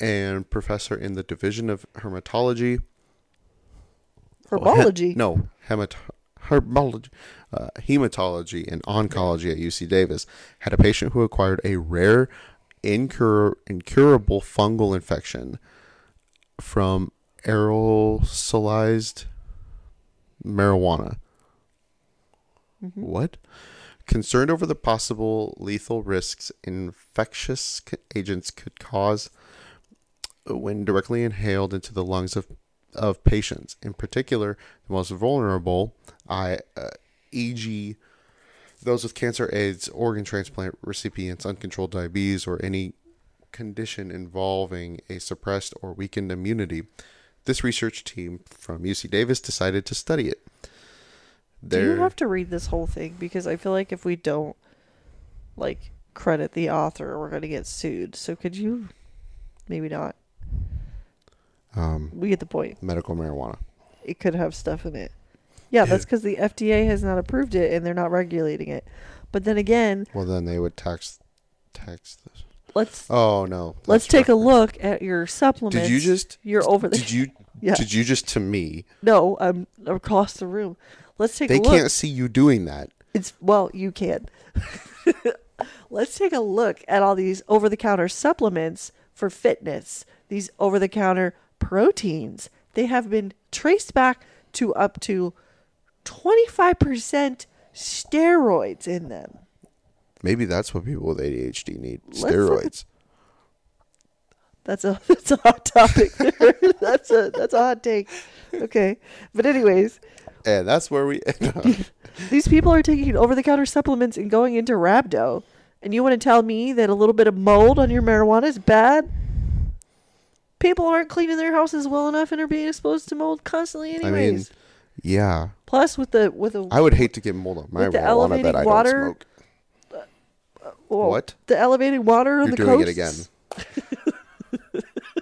Speaker 2: and professor in the Division of Hermatology.
Speaker 1: Herbology.
Speaker 2: He- no, hemat- herbology, uh, hematology and oncology at UC Davis had a patient who acquired a rare, incur- incurable fungal infection from aerosolized marijuana. What? Concerned over the possible lethal risks infectious c- agents could cause when directly inhaled into the lungs of, of patients. In particular, the most vulnerable, I, uh, e.g., those with cancer, AIDS, organ transplant recipients, uncontrolled diabetes, or any condition involving a suppressed or weakened immunity. This research team from UC Davis decided to study it.
Speaker 1: Do you
Speaker 2: Their-
Speaker 1: have to read this whole thing? Because I feel like if we don't, like, credit the author, we're gonna get sued. So could you? Maybe not.
Speaker 2: um,
Speaker 1: We get the point.
Speaker 2: medical marijuana.
Speaker 1: It could have stuff in it. Yeah, that's because the FDA has not approved it and they're not regulating it. But then again,
Speaker 2: Well, then they would tax tax this.
Speaker 1: let's
Speaker 2: Oh no.
Speaker 1: let's
Speaker 2: that's
Speaker 1: take a
Speaker 2: right.
Speaker 1: look at your supplements.
Speaker 2: Did you just?
Speaker 1: You're over the.
Speaker 2: Did you?
Speaker 1: Yeah.
Speaker 2: Did you just to me?
Speaker 1: No, I'm across the room. Let's take
Speaker 2: They
Speaker 1: a look.
Speaker 2: can't see you doing that.
Speaker 1: It's well, you can. Let's take a look at all these over the counter supplements for fitness. These over the counter proteins. They have been traced back to up to 25% steroids in them.
Speaker 2: Maybe that's what people with ADHD need:
Speaker 1: look at-
Speaker 2: steroids.
Speaker 1: That's a that's a hot topic. there. that's a that's a hot take. Okay. But anyways,
Speaker 2: and that's where we end up.
Speaker 1: These people are taking over the counter supplements and going into rhabdo. And you want to tell me that a little bit of mold on your marijuana is bad? People aren't cleaning their houses well enough and are being exposed to mold constantly
Speaker 2: I mean,
Speaker 1: anyways.
Speaker 2: yeah.
Speaker 1: Plus with the with the
Speaker 2: I would hate to get mold on my
Speaker 1: With the
Speaker 2: marijuana that
Speaker 1: elevated
Speaker 2: I
Speaker 1: water,
Speaker 2: don't smoke.
Speaker 1: well,
Speaker 2: what?
Speaker 1: The elevated water on the
Speaker 2: You're doing
Speaker 1: coasts.
Speaker 2: it again.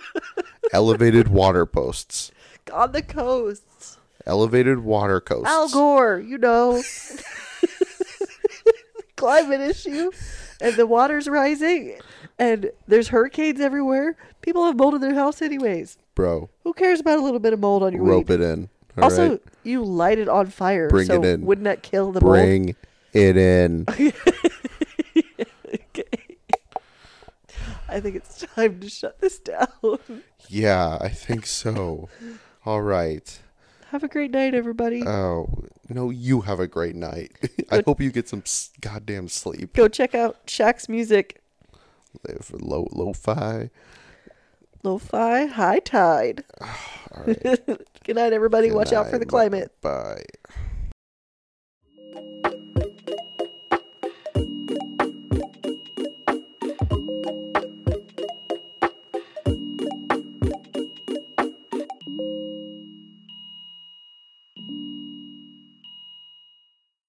Speaker 2: elevated water posts.
Speaker 1: On the coasts.
Speaker 2: Elevated water coasts.
Speaker 1: Al Gore, you know. Climate issue. And the water's rising and there's hurricanes everywhere. People have mold in their house anyways.
Speaker 2: Bro,
Speaker 1: Who cares about a little bit of mold on your
Speaker 2: rope
Speaker 1: weed?
Speaker 2: it in. all right?
Speaker 1: also, you light it on fire.
Speaker 2: Bring
Speaker 1: so
Speaker 2: it in.
Speaker 1: Wouldn't that kill the mold?
Speaker 2: Bring it in.
Speaker 1: I think it's time to shut this down.
Speaker 2: Yeah, I think so. All right.
Speaker 1: Have a great night, everybody.
Speaker 2: Oh, no, you have a great night. I hope you get some s- goddamn sleep.
Speaker 1: Go check out Shaq's music.
Speaker 2: Live low, lo-fi.
Speaker 1: Lo-fi, high tide.
Speaker 2: All right.
Speaker 1: Good night, everybody.
Speaker 2: Good
Speaker 1: Watch out for
Speaker 2: night.
Speaker 1: the climate.
Speaker 2: Bye.